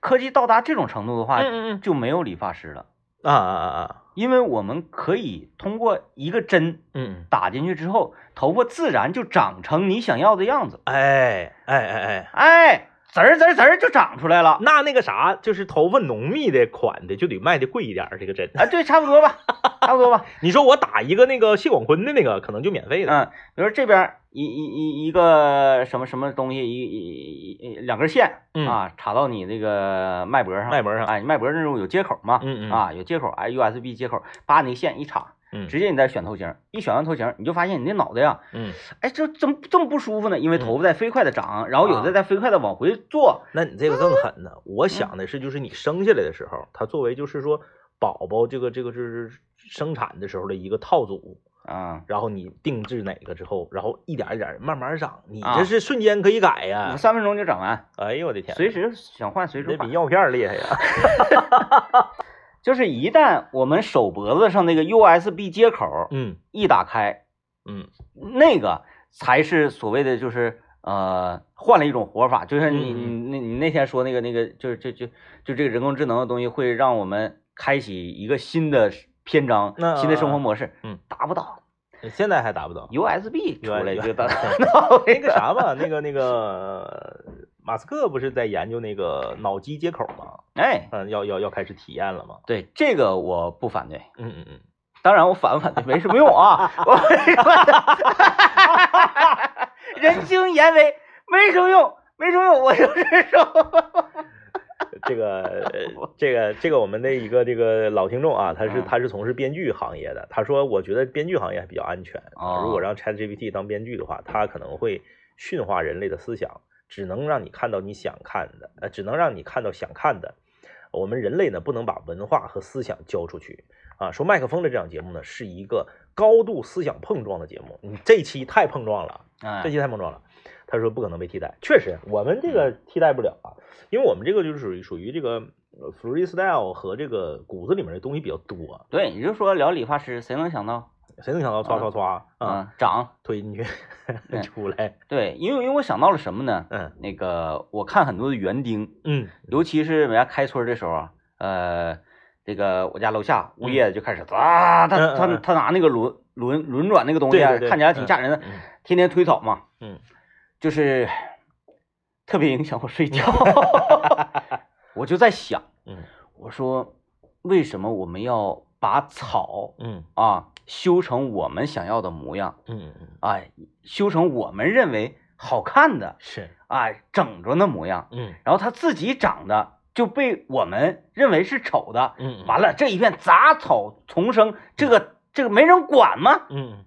[SPEAKER 2] 科技到达这种程度的话，
[SPEAKER 1] 嗯嗯
[SPEAKER 2] 就没有理发师了，
[SPEAKER 1] 嗯，啊啊啊啊，
[SPEAKER 2] 因为我们可以通过一个针
[SPEAKER 1] 嗯，
[SPEAKER 2] 打进去之后，头发自然就长成你想要的样子。
[SPEAKER 1] 哎哎哎哎，
[SPEAKER 2] 哎，滋儿滋儿滋儿就长出来了。
[SPEAKER 1] 那那个啥，就是头发浓密的款的，就得卖的贵一点儿。这个针，
[SPEAKER 2] 啊，对，差不多吧， 差不多吧。
[SPEAKER 1] 你说我打一个那个谢广坤的那个，可能就免费的。
[SPEAKER 2] 嗯，比如说这边儿一一一一个什么什么东西，一一一一两根线
[SPEAKER 1] 嗯
[SPEAKER 2] 啊，插到你那个脉搏上，
[SPEAKER 1] 脉搏上
[SPEAKER 2] 哎，脉搏那种有接口嘛，
[SPEAKER 1] 嗯嗯，
[SPEAKER 2] 啊，有接口，哎，USB 接口，把你那线一插，
[SPEAKER 1] 嗯
[SPEAKER 2] 直接你再选头型，一选完头型，你就发现你那脑袋呀，
[SPEAKER 1] 嗯，
[SPEAKER 2] 哎，这怎么这么不舒服呢？因为
[SPEAKER 1] 嗯
[SPEAKER 2] 头发在飞快的长，然后有
[SPEAKER 1] 啊
[SPEAKER 2] 的在飞快的往回坐，
[SPEAKER 1] 那你这个更狠呢。我想的是，就是你生下来的时候，它作为就是说宝宝这个这个就是生产的时候的一个套组，
[SPEAKER 2] 啊，
[SPEAKER 1] 然后你定制哪个之后，然后一点儿一点儿慢慢长，你
[SPEAKER 2] 啊
[SPEAKER 1] 这是瞬间可以改呀。
[SPEAKER 2] 三分钟就整完，
[SPEAKER 1] 哎呦我啊的天，
[SPEAKER 2] 随时想换随时
[SPEAKER 1] 这
[SPEAKER 2] 换
[SPEAKER 1] 比。药片儿厉害呀。
[SPEAKER 2] 就是一旦我们手脖子上那个 USB 接口
[SPEAKER 1] 嗯
[SPEAKER 2] 一打开，
[SPEAKER 1] 嗯
[SPEAKER 2] 那个才是所谓的就是呃换了一种活法，就是你你
[SPEAKER 1] 嗯
[SPEAKER 2] 你你那天说那个那个就是就就就这个人工智能的东西会让我们开启一个新的篇章
[SPEAKER 1] 那，
[SPEAKER 2] 新的生活模式，
[SPEAKER 1] 嗯，
[SPEAKER 2] 达不到
[SPEAKER 1] 呃现在还达不到。
[SPEAKER 2] USB 出来
[SPEAKER 1] 原
[SPEAKER 2] 就达
[SPEAKER 1] 原
[SPEAKER 2] 到
[SPEAKER 1] 那个啥嘛，那个那个呃马斯克不是在研究那个脑机接口吗？
[SPEAKER 2] 哎，
[SPEAKER 1] 嗯，要要要开始体验了吗？
[SPEAKER 2] 对这个我不反对，
[SPEAKER 1] 嗯嗯嗯，
[SPEAKER 2] 当然我反不反对没什么用啊，我没什么， 人精言微没什么用，没什么用，我就是说，
[SPEAKER 1] 这个呃这个这个我们的一个这个老听众啊，他是
[SPEAKER 2] 嗯
[SPEAKER 1] 他是从事编剧行业的，他说我觉得编剧行业还比较安全，
[SPEAKER 2] 哦
[SPEAKER 1] 如果让 ChatGPT 当编剧的话，它可能会驯化人类的思想，只能让你看到你想看的，呃，只能让你看到想看的。我们人类呢，不能把文化和思想交出去啊。说麦克风的这档节目呢，是一个高度思想碰撞的节目。你这期太碰撞了，
[SPEAKER 2] 哎
[SPEAKER 1] 这期太碰撞了。他说不可能被替代，确实，我们这
[SPEAKER 2] 嗯
[SPEAKER 1] 个替代不了啊，因为我们这个就是属于属于这个呃 freestyle 和这个骨子里面的东西比较多，
[SPEAKER 2] 对，你就说聊理发师，谁能想到
[SPEAKER 1] 谁能想到唰唰唰啊
[SPEAKER 2] 啊？长
[SPEAKER 1] 推进去
[SPEAKER 2] 嗯
[SPEAKER 1] 出来，
[SPEAKER 2] 对，因为因为我想到了什么呢？
[SPEAKER 1] 嗯
[SPEAKER 2] 那个我看很多的园丁，
[SPEAKER 1] 嗯
[SPEAKER 2] 尤其是人家开春的时候啊，呃，这个我家楼下物
[SPEAKER 1] 嗯
[SPEAKER 2] 业就开始啊，他他他拿那个轮轮轮转那个东西啊，
[SPEAKER 1] 对对对
[SPEAKER 2] 看起来挺吓人的，
[SPEAKER 1] 嗯
[SPEAKER 2] 天天推倒嘛，
[SPEAKER 1] 嗯，
[SPEAKER 2] 就是特别影响我睡觉。 我就在想，
[SPEAKER 1] 嗯
[SPEAKER 2] 我说为什么我们要把草
[SPEAKER 1] 嗯
[SPEAKER 2] 啊修成我们想要的模样？
[SPEAKER 1] 嗯嗯，
[SPEAKER 2] 啊，修成我们认为好看的
[SPEAKER 1] 是，
[SPEAKER 2] 啊整着那模样，
[SPEAKER 1] 嗯
[SPEAKER 2] 然后他自己长得就被我们认为是丑的，
[SPEAKER 1] 嗯
[SPEAKER 2] 完
[SPEAKER 1] 了，
[SPEAKER 2] 了这一片杂草丛生，这个这个没人管吗？
[SPEAKER 1] 嗯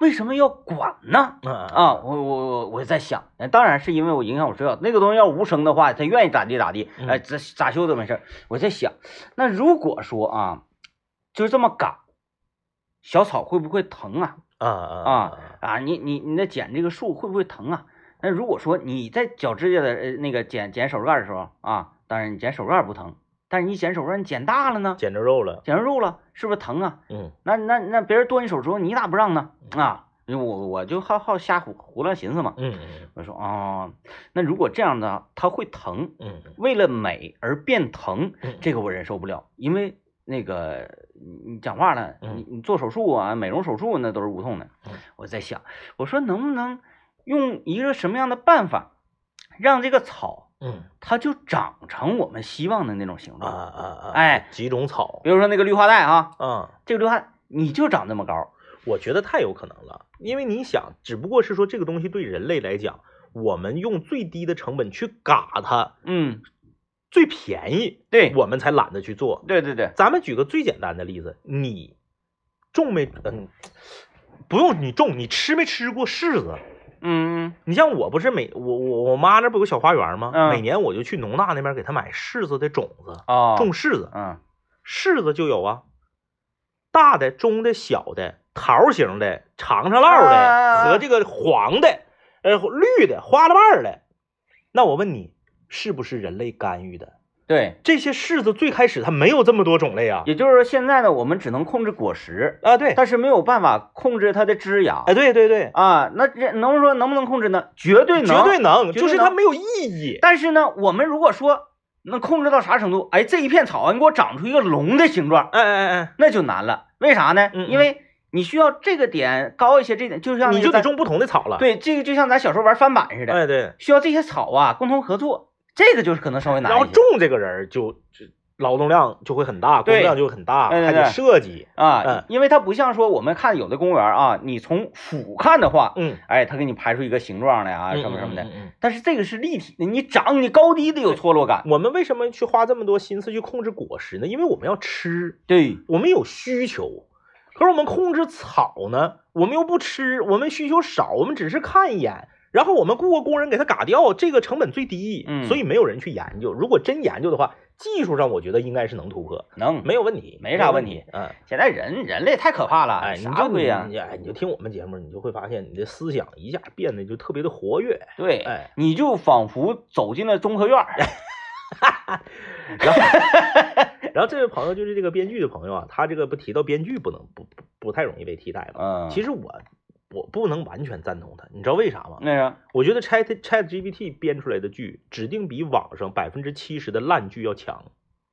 [SPEAKER 2] 为什么要管呢？
[SPEAKER 1] 嗯
[SPEAKER 2] 啊，我我我我在想，呃当然是因为我影响我睡觉。那个东西要无声的话，他愿意咋地咋地，
[SPEAKER 1] 嗯
[SPEAKER 2] 哎，咋咋修都没事儿。我在想，那如果说啊，就是这么赶，小草会不会疼啊？
[SPEAKER 1] 啊
[SPEAKER 2] 啊啊，你你你在剪这个树会不会疼啊？那如果说你在脚指甲的呃那个剪剪手腕的时候啊，当然你剪手腕不疼，但是你剪手腕你剪大了呢，
[SPEAKER 1] 捡着肉了，
[SPEAKER 2] 剪成肉了是不是疼啊？
[SPEAKER 1] 嗯
[SPEAKER 2] 那那那别人剁你手指头，你咋不让呢？啊，因为我我就好好瞎胡胡乱寻思嘛。
[SPEAKER 1] 嗯嗯
[SPEAKER 2] 我说哦，那如果这样的它会疼，
[SPEAKER 1] 嗯嗯
[SPEAKER 2] 为了美而变疼，
[SPEAKER 1] 嗯，
[SPEAKER 2] 这个我忍受不了，因为那个你你讲话了，
[SPEAKER 1] 嗯
[SPEAKER 2] 你你做手术啊，美容手术那都是无痛的
[SPEAKER 1] 嗯。
[SPEAKER 2] 我在想，我说能不能用一个什么样的办法，让这个草
[SPEAKER 1] 嗯
[SPEAKER 2] 它就长成我们希望的那种形
[SPEAKER 1] 啊
[SPEAKER 2] 状？
[SPEAKER 1] 啊啊，
[SPEAKER 2] 哎，
[SPEAKER 1] 几种草
[SPEAKER 2] 比如说那个绿化带啊，
[SPEAKER 1] 啊。
[SPEAKER 2] 这个绿化带你就长这么高，
[SPEAKER 1] 我觉得太有可能了，因为你想，只不过是说这个东西对人类来讲，我们用最低的成本去嘎它，
[SPEAKER 2] 嗯，
[SPEAKER 1] 最便宜，
[SPEAKER 2] 对，
[SPEAKER 1] 我们才懒得去做。
[SPEAKER 2] 对对对，
[SPEAKER 1] 咱们举个最简单的例子，你种没嗯，不用你种，你吃没吃过柿子？
[SPEAKER 2] 嗯
[SPEAKER 1] 你像我不是每我我我妈那不有个小花园吗？
[SPEAKER 2] 嗯
[SPEAKER 1] 每年我就去农大那边给她买柿子的种子，
[SPEAKER 2] 哦，
[SPEAKER 1] 种柿子，
[SPEAKER 2] 嗯
[SPEAKER 1] 柿子就有啊，大的、中的、小的、桃形的、长长落
[SPEAKER 2] 啊
[SPEAKER 1] 的和这个黄的、呃绿的、花了瓣儿的。那我问你，是不是人类干预的？
[SPEAKER 2] 对，
[SPEAKER 1] 这些柿子最开始它没有这么多种类啊。
[SPEAKER 2] 也就是说现在呢，我们只能控制果实，
[SPEAKER 1] 啊，对，
[SPEAKER 2] 但是没有办法控制它的枝芽。
[SPEAKER 1] 哎，对对对，
[SPEAKER 2] 啊，那这能说能不能控制呢？绝对能，
[SPEAKER 1] 绝对能，
[SPEAKER 2] 绝对
[SPEAKER 1] 就是它
[SPEAKER 2] 能
[SPEAKER 1] 没有意义。
[SPEAKER 2] 但是呢，我们如果说能控制到啥程度，哎，这一片草啊，你给我长出一个龙的形状，
[SPEAKER 1] 哎哎哎
[SPEAKER 2] 那就难了。为啥呢？
[SPEAKER 1] 嗯嗯
[SPEAKER 2] 因为你需要这个点高一些，这点就
[SPEAKER 1] 哎，
[SPEAKER 2] 像
[SPEAKER 1] 你就得
[SPEAKER 2] 种
[SPEAKER 1] 种不同的草了。，
[SPEAKER 2] 对这个就像咱小时候玩翻板似的，
[SPEAKER 1] 哎对，
[SPEAKER 2] 需要这些草啊共同合作。这个就是可能稍微难
[SPEAKER 1] 然后
[SPEAKER 2] 一些
[SPEAKER 1] 种这个人儿就就劳动量就会很大，工
[SPEAKER 2] 对
[SPEAKER 1] 作量就会很大，
[SPEAKER 2] 对对
[SPEAKER 1] 还得
[SPEAKER 2] 对
[SPEAKER 1] 设计，嗯
[SPEAKER 2] 啊，因为它不像说我们看有的公园啊，你从俯瞰的话，
[SPEAKER 1] 嗯，
[SPEAKER 2] 哎，它给你排出一个形状来啊，
[SPEAKER 1] 嗯
[SPEAKER 2] 什么什
[SPEAKER 1] 嗯
[SPEAKER 2] 么。的。
[SPEAKER 1] 嗯嗯
[SPEAKER 2] 但是这个是立体的，你长你高低得有错落感。
[SPEAKER 1] 我们为什么去花这么多心思去控制果实呢？因为我们要吃，
[SPEAKER 2] 对，
[SPEAKER 1] 我们有需求。可是我们控制草呢，我们又不吃，我们需求少，我们只是看一眼，然后我们雇个工人给它嘎掉，这个成本最低，
[SPEAKER 2] 嗯
[SPEAKER 1] 所以没有人去研究。如果真研究的话，技术上我觉得应该是能突破，
[SPEAKER 2] 能。
[SPEAKER 1] 没有问题，
[SPEAKER 2] 嗯没啥问题
[SPEAKER 1] 没有问题。嗯，
[SPEAKER 2] 现在人人类太可怕了，
[SPEAKER 1] 哎，你
[SPEAKER 2] 啥
[SPEAKER 1] 就
[SPEAKER 2] 鬼呀、
[SPEAKER 1] 你哎，你就听我们节目，你就会发现你的思想一下变得就特别的活跃，
[SPEAKER 2] 对，
[SPEAKER 1] 哎，
[SPEAKER 2] 你就仿佛走进了中科院儿。
[SPEAKER 1] 然后，然后这位朋友就是这个编剧的朋友啊，他这个不提到编剧不能不不不太容易被替代了。
[SPEAKER 2] 嗯，
[SPEAKER 1] 其
[SPEAKER 2] 实
[SPEAKER 1] 实我我不能完全赞同他，你知道为啥吗？
[SPEAKER 2] 那个，
[SPEAKER 1] 我觉得 Chat Chat GPT 编出来的剧，指定比网上百分之七十的烂剧要强，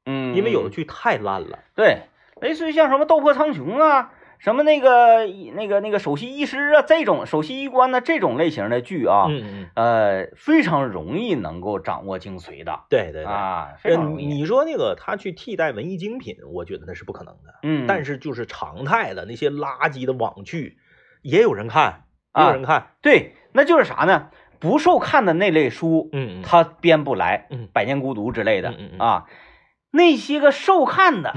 [SPEAKER 2] 嗯，
[SPEAKER 1] 因为有的剧太烂了。
[SPEAKER 2] 对，类似于像什么斗破苍穹啊，什么那个那个那个首席医师啊这种首席医官呢、这种类型的剧啊，
[SPEAKER 1] 嗯嗯，
[SPEAKER 2] 呃，非常容易能够掌握精髓的
[SPEAKER 1] 对对对。
[SPEAKER 2] 啊，非
[SPEAKER 1] 呃
[SPEAKER 2] 常容易。
[SPEAKER 1] 你说那个他去替代文艺精品，我觉得那是不可能的。
[SPEAKER 2] 嗯，
[SPEAKER 1] 但是就是常态的那些垃圾的网剧，也有人看，也
[SPEAKER 2] 啊
[SPEAKER 1] 有人看。
[SPEAKER 2] 对，那就是啥呢？不受看的那类书，
[SPEAKER 1] 嗯嗯，
[SPEAKER 2] 它编不来，
[SPEAKER 1] 嗯
[SPEAKER 2] 百年孤独》之类的
[SPEAKER 1] 嗯嗯嗯
[SPEAKER 2] 啊，那些个受看的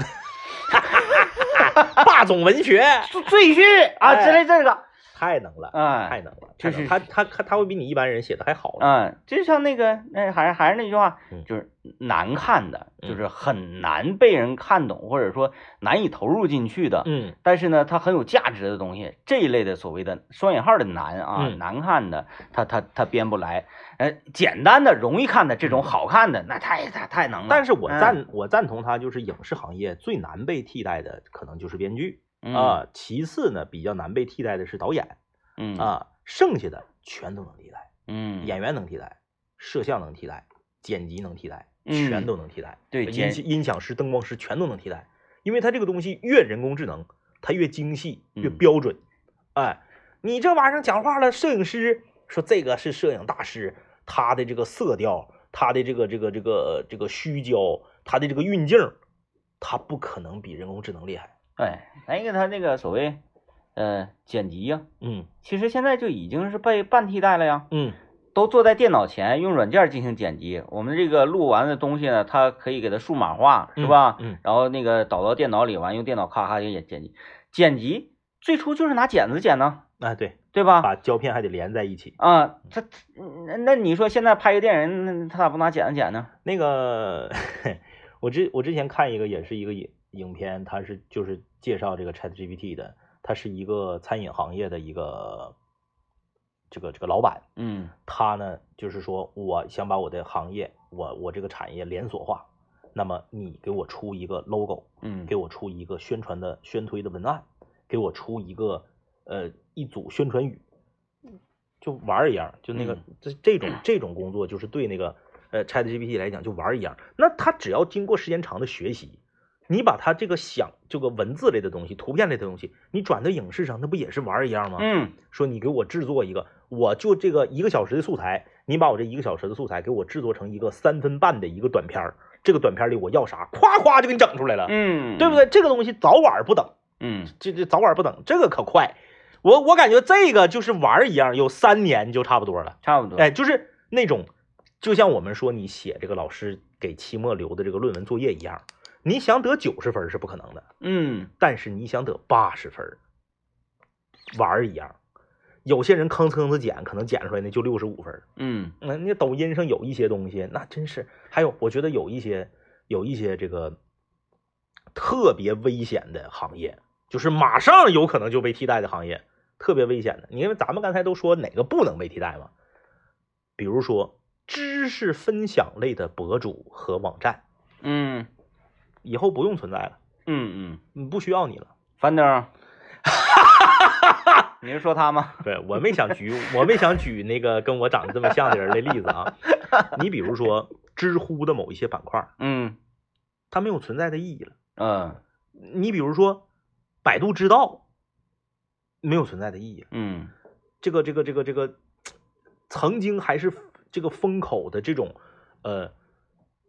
[SPEAKER 1] 霸总文 学
[SPEAKER 2] 赘 婿啊之类这个，
[SPEAKER 1] 太能了。哎太
[SPEAKER 2] 哎，
[SPEAKER 1] 能了，
[SPEAKER 2] 就
[SPEAKER 1] 太能
[SPEAKER 2] 是
[SPEAKER 1] 了他他他他会比你一般人写的还好呢。
[SPEAKER 2] 嗯，就像那个，那还是还是那句话
[SPEAKER 1] 嗯，
[SPEAKER 2] 就是难看的，
[SPEAKER 1] 嗯
[SPEAKER 2] 就是很难被人看懂，或者说难以投入进去的。
[SPEAKER 1] 嗯
[SPEAKER 2] 但是呢，它很有价值的东西，这一类的所谓的双引号的难啊，
[SPEAKER 1] 嗯
[SPEAKER 2] 难看的，它它它编不来。呃，简单的、容易看的这种好看的，那太太太能了。
[SPEAKER 1] 嗯但是我
[SPEAKER 2] 嗯
[SPEAKER 1] 赞我赞同他，就是影视行业最难被替代的可能就是编剧
[SPEAKER 2] 嗯
[SPEAKER 1] 啊，其次呢比较难被替代的是导演
[SPEAKER 2] 嗯
[SPEAKER 1] 啊，剩下的全都能替代，
[SPEAKER 2] 嗯
[SPEAKER 1] 演员能替代，摄像能替代，剪辑能替代，
[SPEAKER 2] 嗯
[SPEAKER 1] 全都能替代，
[SPEAKER 2] 对
[SPEAKER 1] 音
[SPEAKER 2] 剪
[SPEAKER 1] 响音响师、灯光师全都能替代，因为它这个东西越人工智能，它越精细，越
[SPEAKER 2] 嗯
[SPEAKER 1] 标准。哎，你这玩意儿讲话了，摄影师说这个是摄影大师，他的这个色调，他的这个这个这个这个虚焦，他的这个运镜，他不可能比人工智能厉害。
[SPEAKER 2] 哎，再一个，它那个所谓呃剪辑呀、
[SPEAKER 1] 嗯
[SPEAKER 2] 其实现在就已经是被半替代了呀。
[SPEAKER 1] 嗯
[SPEAKER 2] 都坐在电脑前用软件进行剪辑。我们这个录完的东西呢，它可以给它数码化，是吧？
[SPEAKER 1] 嗯嗯
[SPEAKER 2] 然后那个导到电脑里，完用电脑咔咔就剪剪辑。剪辑最初就是拿剪子剪呢，
[SPEAKER 1] 啊，对，
[SPEAKER 2] 对吧？
[SPEAKER 1] 把胶片还得连在一起。
[SPEAKER 2] 啊，它那那你说现在拍个电影，那他咋不拿剪子剪呢？
[SPEAKER 1] 那个， 我之我之前看一个也是一个影影片，它是就是介绍这个 Chat GPT 的，它是一个餐饮行业的一个这个这个老板，
[SPEAKER 2] 嗯
[SPEAKER 1] 他呢就是说我想把我的行业，我我这个产业连锁化，那么你给我出一个 logo，
[SPEAKER 2] 嗯
[SPEAKER 1] 给我出一个宣传的宣推的文案，给我出一个呃一组宣传语，就玩儿一样，就那个、这这种这种工作就是对那个呃 Chat GPT 来讲就玩儿一样。那他只要经过时间长的学习，你把他这个想这个文字类的东西、图片类的东西，你转到影视上，那不也是玩儿一样吗？
[SPEAKER 2] 嗯
[SPEAKER 1] 说你给我制作一个，我就这个一个小时的素材，你把我这一个小时的素材给我制作成一个三分半的一个短片儿，这个短片儿里我要啥，夸夸就给你整出来了。
[SPEAKER 2] 嗯，
[SPEAKER 1] 对不？对？这个东西早晚不等，
[SPEAKER 2] 嗯，
[SPEAKER 1] 这这早晚不等，这个可快。我我感觉这个就是玩儿一样，有三年就差不多了。
[SPEAKER 2] 差不多。
[SPEAKER 1] 哎，就是那种，就像我们说你写这个老师给期末留的这个论文作业一样，你想得九十分儿是不可能的，
[SPEAKER 2] 嗯
[SPEAKER 1] 但是你想得八十分儿，玩儿一样。有些人吭哧吭哧剪，可能剪出来呢就六十五分儿。
[SPEAKER 2] 嗯
[SPEAKER 1] 那那抖音上有一些东西，那真是还有，我觉得有一些有一些这个特别危险的行业，就是马上有可能就被替代的行业，特别危险的。因为咱们刚才都说哪个不能被替代嘛，比如说知识分享类的博主和网站，
[SPEAKER 2] 嗯
[SPEAKER 1] 以后不用存在了，
[SPEAKER 2] 嗯嗯，
[SPEAKER 1] 嗯不需要你了。
[SPEAKER 2] 樊 登，你是说他吗？
[SPEAKER 1] 对 我没想举，我没想举那个跟我长得这么像的人的例子啊。你比如说知乎的某一些板块，
[SPEAKER 2] 嗯
[SPEAKER 1] 它没有存在的意义了。
[SPEAKER 2] 嗯
[SPEAKER 1] 你比如说，百度知道没有存在的意义了。
[SPEAKER 2] 嗯
[SPEAKER 1] 这个这个这个这个，曾经还是这个风口的这种呃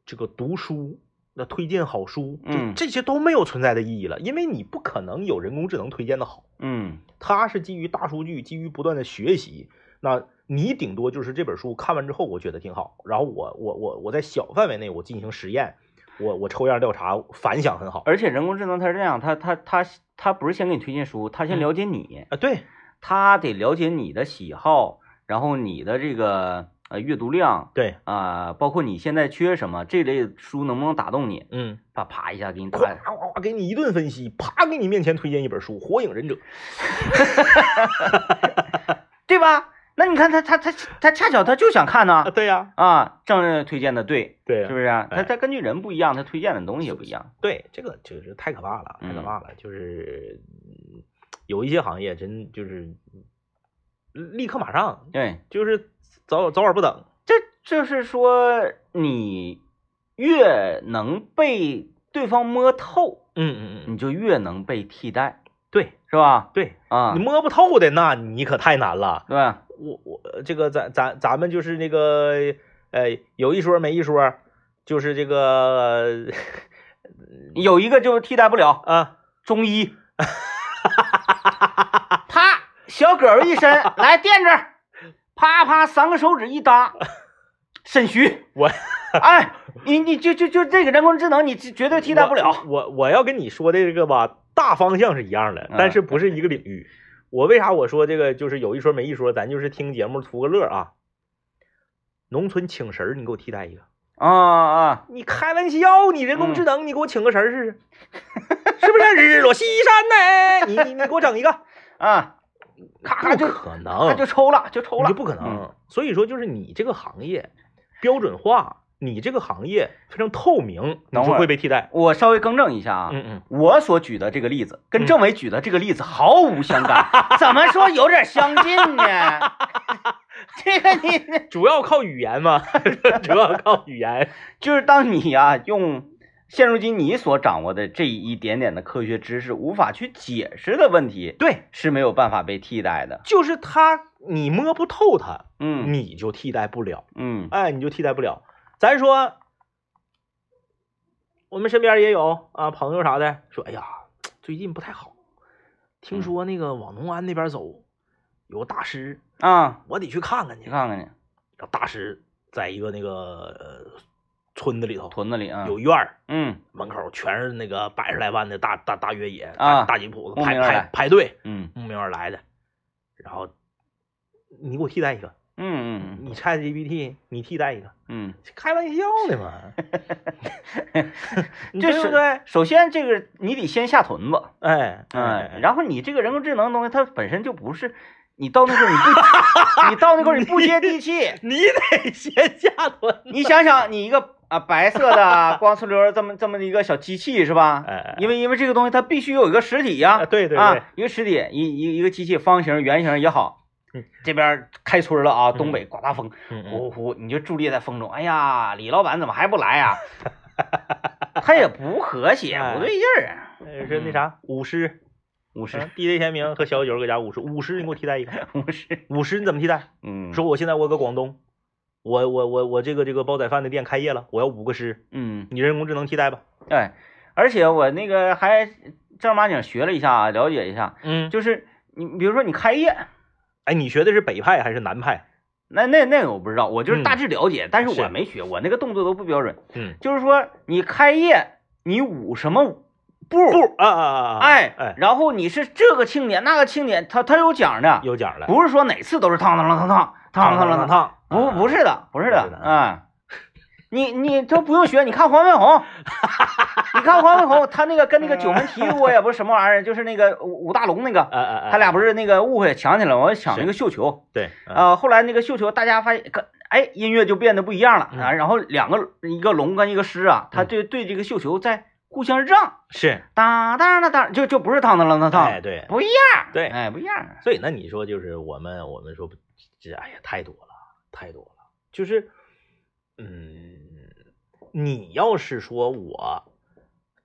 [SPEAKER 1] 这个读书，那推荐好书，
[SPEAKER 2] 嗯
[SPEAKER 1] 就这些都没有存在的意义了，因为你不可能有人工智能推荐的好，
[SPEAKER 2] 嗯
[SPEAKER 1] 它是基于大数据，基于不断的学习。那你顶多就是这本书看完之后，我觉得挺好，然后我我我我在小范围内我进行实验，我我抽样调查，反响很好。
[SPEAKER 2] 而且人工智能它是这样，它它它它不是先给你推荐书，它先了解你，
[SPEAKER 1] 啊，对，
[SPEAKER 2] 它得了解你的喜好，然后你的这个呃阅读量
[SPEAKER 1] 对，
[SPEAKER 2] 啊、包括你现在缺什么，这类书能不能打动你，
[SPEAKER 1] 嗯，
[SPEAKER 2] 啪啪一下给你打
[SPEAKER 1] 咵。咵咵给你一顿分析，啪给你面前推荐一本书《火影忍者》。
[SPEAKER 2] 对吧？那你看他他他他恰巧他就想看
[SPEAKER 1] 啊，
[SPEAKER 2] 呢
[SPEAKER 1] 对呀、
[SPEAKER 2] 啊，郑正推荐的对，
[SPEAKER 1] 对
[SPEAKER 2] 是
[SPEAKER 1] 呀、
[SPEAKER 2] 不是啊？
[SPEAKER 1] 哎
[SPEAKER 2] 他他根据人不一样，他推荐的东西也不一样。
[SPEAKER 1] 对，这个就是太可怕了，太可
[SPEAKER 2] 嗯
[SPEAKER 1] 怕了。就是嗯有一些行业真就是立刻马上，
[SPEAKER 2] 对，
[SPEAKER 1] 就是早早晚不等。
[SPEAKER 2] 这就是说你越能被对方摸透，
[SPEAKER 1] 嗯嗯嗯，
[SPEAKER 2] 你就越能被替代，
[SPEAKER 1] 对
[SPEAKER 2] 是吧？
[SPEAKER 1] 对，
[SPEAKER 2] 啊，
[SPEAKER 1] 你摸不透的那你可太难了。
[SPEAKER 2] 对吧？
[SPEAKER 1] 我我这个咱咱咱们就是那个呃有一说没一说，就是这个
[SPEAKER 2] 有一个就是替代不了
[SPEAKER 1] 啊
[SPEAKER 2] 中医，啪，小狗一伸来垫着，啪啪三个手指一搭，肾虚。
[SPEAKER 1] 我。
[SPEAKER 2] 哎，你你就就就这个人工智能，你绝绝对替代不了。
[SPEAKER 1] 我我我要跟你说的这个吧，大方向是一样的
[SPEAKER 2] 嗯，
[SPEAKER 1] 但是不是一个领域。我为啥我说这个就是有一说没一说，咱就是听节目图个乐啊。农村请神儿，你给我替代一个。
[SPEAKER 2] 啊啊，
[SPEAKER 1] 你开玩笑，你人工智能，你给我请个神儿试试，是不是？日落西山 呢？你你你给我整一个，
[SPEAKER 2] 啊，咔咔
[SPEAKER 1] 不
[SPEAKER 2] 就
[SPEAKER 1] 可
[SPEAKER 2] 他
[SPEAKER 1] 能，
[SPEAKER 2] 就抽了，就抽
[SPEAKER 1] 你
[SPEAKER 2] 了
[SPEAKER 1] 就。不可能
[SPEAKER 2] 嗯。
[SPEAKER 1] 所以说，就是你这个行业标准化，你这个行业非常透明，你
[SPEAKER 2] 等会
[SPEAKER 1] 就
[SPEAKER 2] 儿
[SPEAKER 1] 会被替代。
[SPEAKER 2] 我稍微更正一下啊，
[SPEAKER 1] 嗯嗯，
[SPEAKER 2] 我所举的这个例子跟
[SPEAKER 1] 嗯
[SPEAKER 2] 政委举的这个例子毫无相干， 怎么说有点相近呢？这个你
[SPEAKER 1] 主要靠语言嘛， 主要靠语言。
[SPEAKER 2] 就是当你呀、用现如今你所掌握的这一点点的科学知识无法去解释的问题，
[SPEAKER 1] 对，
[SPEAKER 2] 是没有办法被替代的。
[SPEAKER 1] 就是他，你摸不透他，
[SPEAKER 2] 嗯
[SPEAKER 1] 你就替代不了，
[SPEAKER 2] 嗯
[SPEAKER 1] 哎，你就替代不了。咱说，我们身边也有啊，朋友啥的说，哎呀，最近不太好，听说那个往农安那边走有大师，
[SPEAKER 2] 啊，
[SPEAKER 1] 我得去看看去。
[SPEAKER 2] 你看看去，
[SPEAKER 1] 然后大师在一个那个呃村子里头
[SPEAKER 2] 屯子里啊，
[SPEAKER 1] 有院儿，
[SPEAKER 2] 嗯
[SPEAKER 1] 门口全是那个百十来万的大大大越野
[SPEAKER 2] 啊
[SPEAKER 1] 大大吉普
[SPEAKER 2] 慕
[SPEAKER 1] 排
[SPEAKER 2] 名而
[SPEAKER 1] 排
[SPEAKER 2] 来
[SPEAKER 1] 排队，
[SPEAKER 2] 嗯
[SPEAKER 1] 慕名而来的，然后你给我替代一个，
[SPEAKER 2] 嗯嗯
[SPEAKER 1] 你 ChatGPT 你替代一个，
[SPEAKER 2] 嗯
[SPEAKER 1] 开玩笑呢嘛，
[SPEAKER 2] 嗯，
[SPEAKER 1] 你
[SPEAKER 2] 这
[SPEAKER 1] 对哎
[SPEAKER 2] 是
[SPEAKER 1] 不对？
[SPEAKER 2] 首先这个你得先下屯子，
[SPEAKER 1] 哎
[SPEAKER 2] 嗯，
[SPEAKER 1] 哎，
[SPEAKER 2] 然后你这个人工智能的东西它本身就不是，你到那时候你不，你到那时候你不接 地气，
[SPEAKER 1] 你得先下蹲，
[SPEAKER 2] 你想想，你一个啊白色的光呲溜儿这么这么一个小机器是吧？
[SPEAKER 1] 哎哎
[SPEAKER 2] 因为因为这个东西它必须有一个实体呀、
[SPEAKER 1] 啊对对对
[SPEAKER 2] 啊，一个实体，一一一个机器，方形、圆形也好
[SPEAKER 1] 嗯。
[SPEAKER 2] 这边开春了啊，
[SPEAKER 1] 嗯
[SPEAKER 2] 东北刮大风，
[SPEAKER 1] 嗯嗯
[SPEAKER 2] 呼呼呼，你就伫立在风中。哎呀，李老板怎么还不来 呀、他也不和谐，
[SPEAKER 1] 哎
[SPEAKER 2] 不对劲儿啊。
[SPEAKER 1] 呃是那啥舞狮，
[SPEAKER 2] 五十
[SPEAKER 1] 嗯，DJ 天明和小九儿搁家舞狮，舞狮你给我替代一 个，
[SPEAKER 2] 五十，
[SPEAKER 1] 舞狮你怎么替代？
[SPEAKER 2] 嗯，
[SPEAKER 1] 说我现在我搁广东，我我我我这个这个煲仔饭的店开业了，我要五个师，
[SPEAKER 2] 嗯，
[SPEAKER 1] 你人工智能替代吧？
[SPEAKER 2] 哎，而且我那个还正儿八经学了一下啊，了解一下，
[SPEAKER 1] 嗯，
[SPEAKER 2] 就是你比如说你开业，
[SPEAKER 1] 哎，你学的是北派还是南派？
[SPEAKER 2] 那那那个我不知道，我就
[SPEAKER 1] 嗯
[SPEAKER 2] 是大致了解，但是我
[SPEAKER 1] 是
[SPEAKER 2] 没学，我那个动作都不标准。
[SPEAKER 1] 嗯，
[SPEAKER 2] 就是说，你开业，你舞什么舞步？
[SPEAKER 1] 不啊啊啊！啊
[SPEAKER 2] 哎
[SPEAKER 1] 哎，
[SPEAKER 2] 然后你是这个庆典那个庆典，它它有奖的，
[SPEAKER 1] 有奖了，
[SPEAKER 2] 不是说哪次都是烫烫烫烫烫烫烫烫烫，
[SPEAKER 1] 烫，
[SPEAKER 2] 啊不不是的，不是
[SPEAKER 1] 啊不是
[SPEAKER 2] 的
[SPEAKER 1] 的，
[SPEAKER 2] 哎，你你都不用学，你看黄飞 鸿，你看黄飞鸿，他那个跟那个九门提锅呀，不是什么玩意儿，就是那个武武大龙那个，
[SPEAKER 1] 哎哎哎，
[SPEAKER 2] 他俩不是那个误会抢起来了，我抢那个绣球。
[SPEAKER 1] 对啊
[SPEAKER 2] 呃，后来那个绣球，大家发现，跟哎，音乐就变得不一样了啊。
[SPEAKER 1] 嗯
[SPEAKER 2] 然后两个一个龙跟一个狮啊，他
[SPEAKER 1] 嗯
[SPEAKER 2] 对对这个绣球在互相让，
[SPEAKER 1] 是
[SPEAKER 2] 当当当当，就就不是当当啷当
[SPEAKER 1] 哎
[SPEAKER 2] 当，
[SPEAKER 1] 对，
[SPEAKER 2] 不一样，
[SPEAKER 1] 对
[SPEAKER 2] 哎，不一样，
[SPEAKER 1] 所以那你说就是我们我们说不这哎呀太多了太多了，就是嗯，你要是说我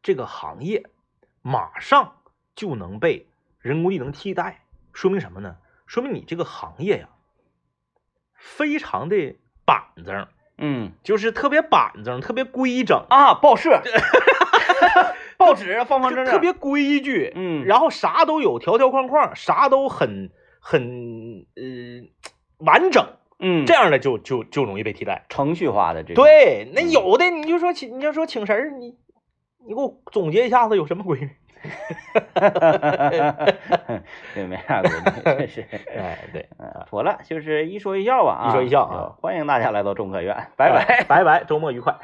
[SPEAKER 1] 这个行业马上就能被人工智能替代，说明什么呢？说明你这个行业呀非常的板正，
[SPEAKER 2] 嗯
[SPEAKER 1] 就是特别板正、特别规整、
[SPEAKER 2] 啊，报 社，报纸方方正正，
[SPEAKER 1] 特别规矩，
[SPEAKER 2] 嗯，
[SPEAKER 1] 然后啥都有条条框框，啥都很很呃完整，
[SPEAKER 2] 嗯
[SPEAKER 1] 这样的就就就容易被替代。
[SPEAKER 2] 程序化的这种，
[SPEAKER 1] 对，那
[SPEAKER 2] 嗯
[SPEAKER 1] 有的你就说请，你就说请神儿，你你给我总结一下子有什么规律？
[SPEAKER 2] 对，没啥规律，真是。
[SPEAKER 1] 哎，对，
[SPEAKER 2] 嗯妥了，就是一说一笑吧啊，
[SPEAKER 1] 一说一笑啊
[SPEAKER 2] 欢迎大家来到中科院，拜拜。
[SPEAKER 1] 拜拜，周末愉快。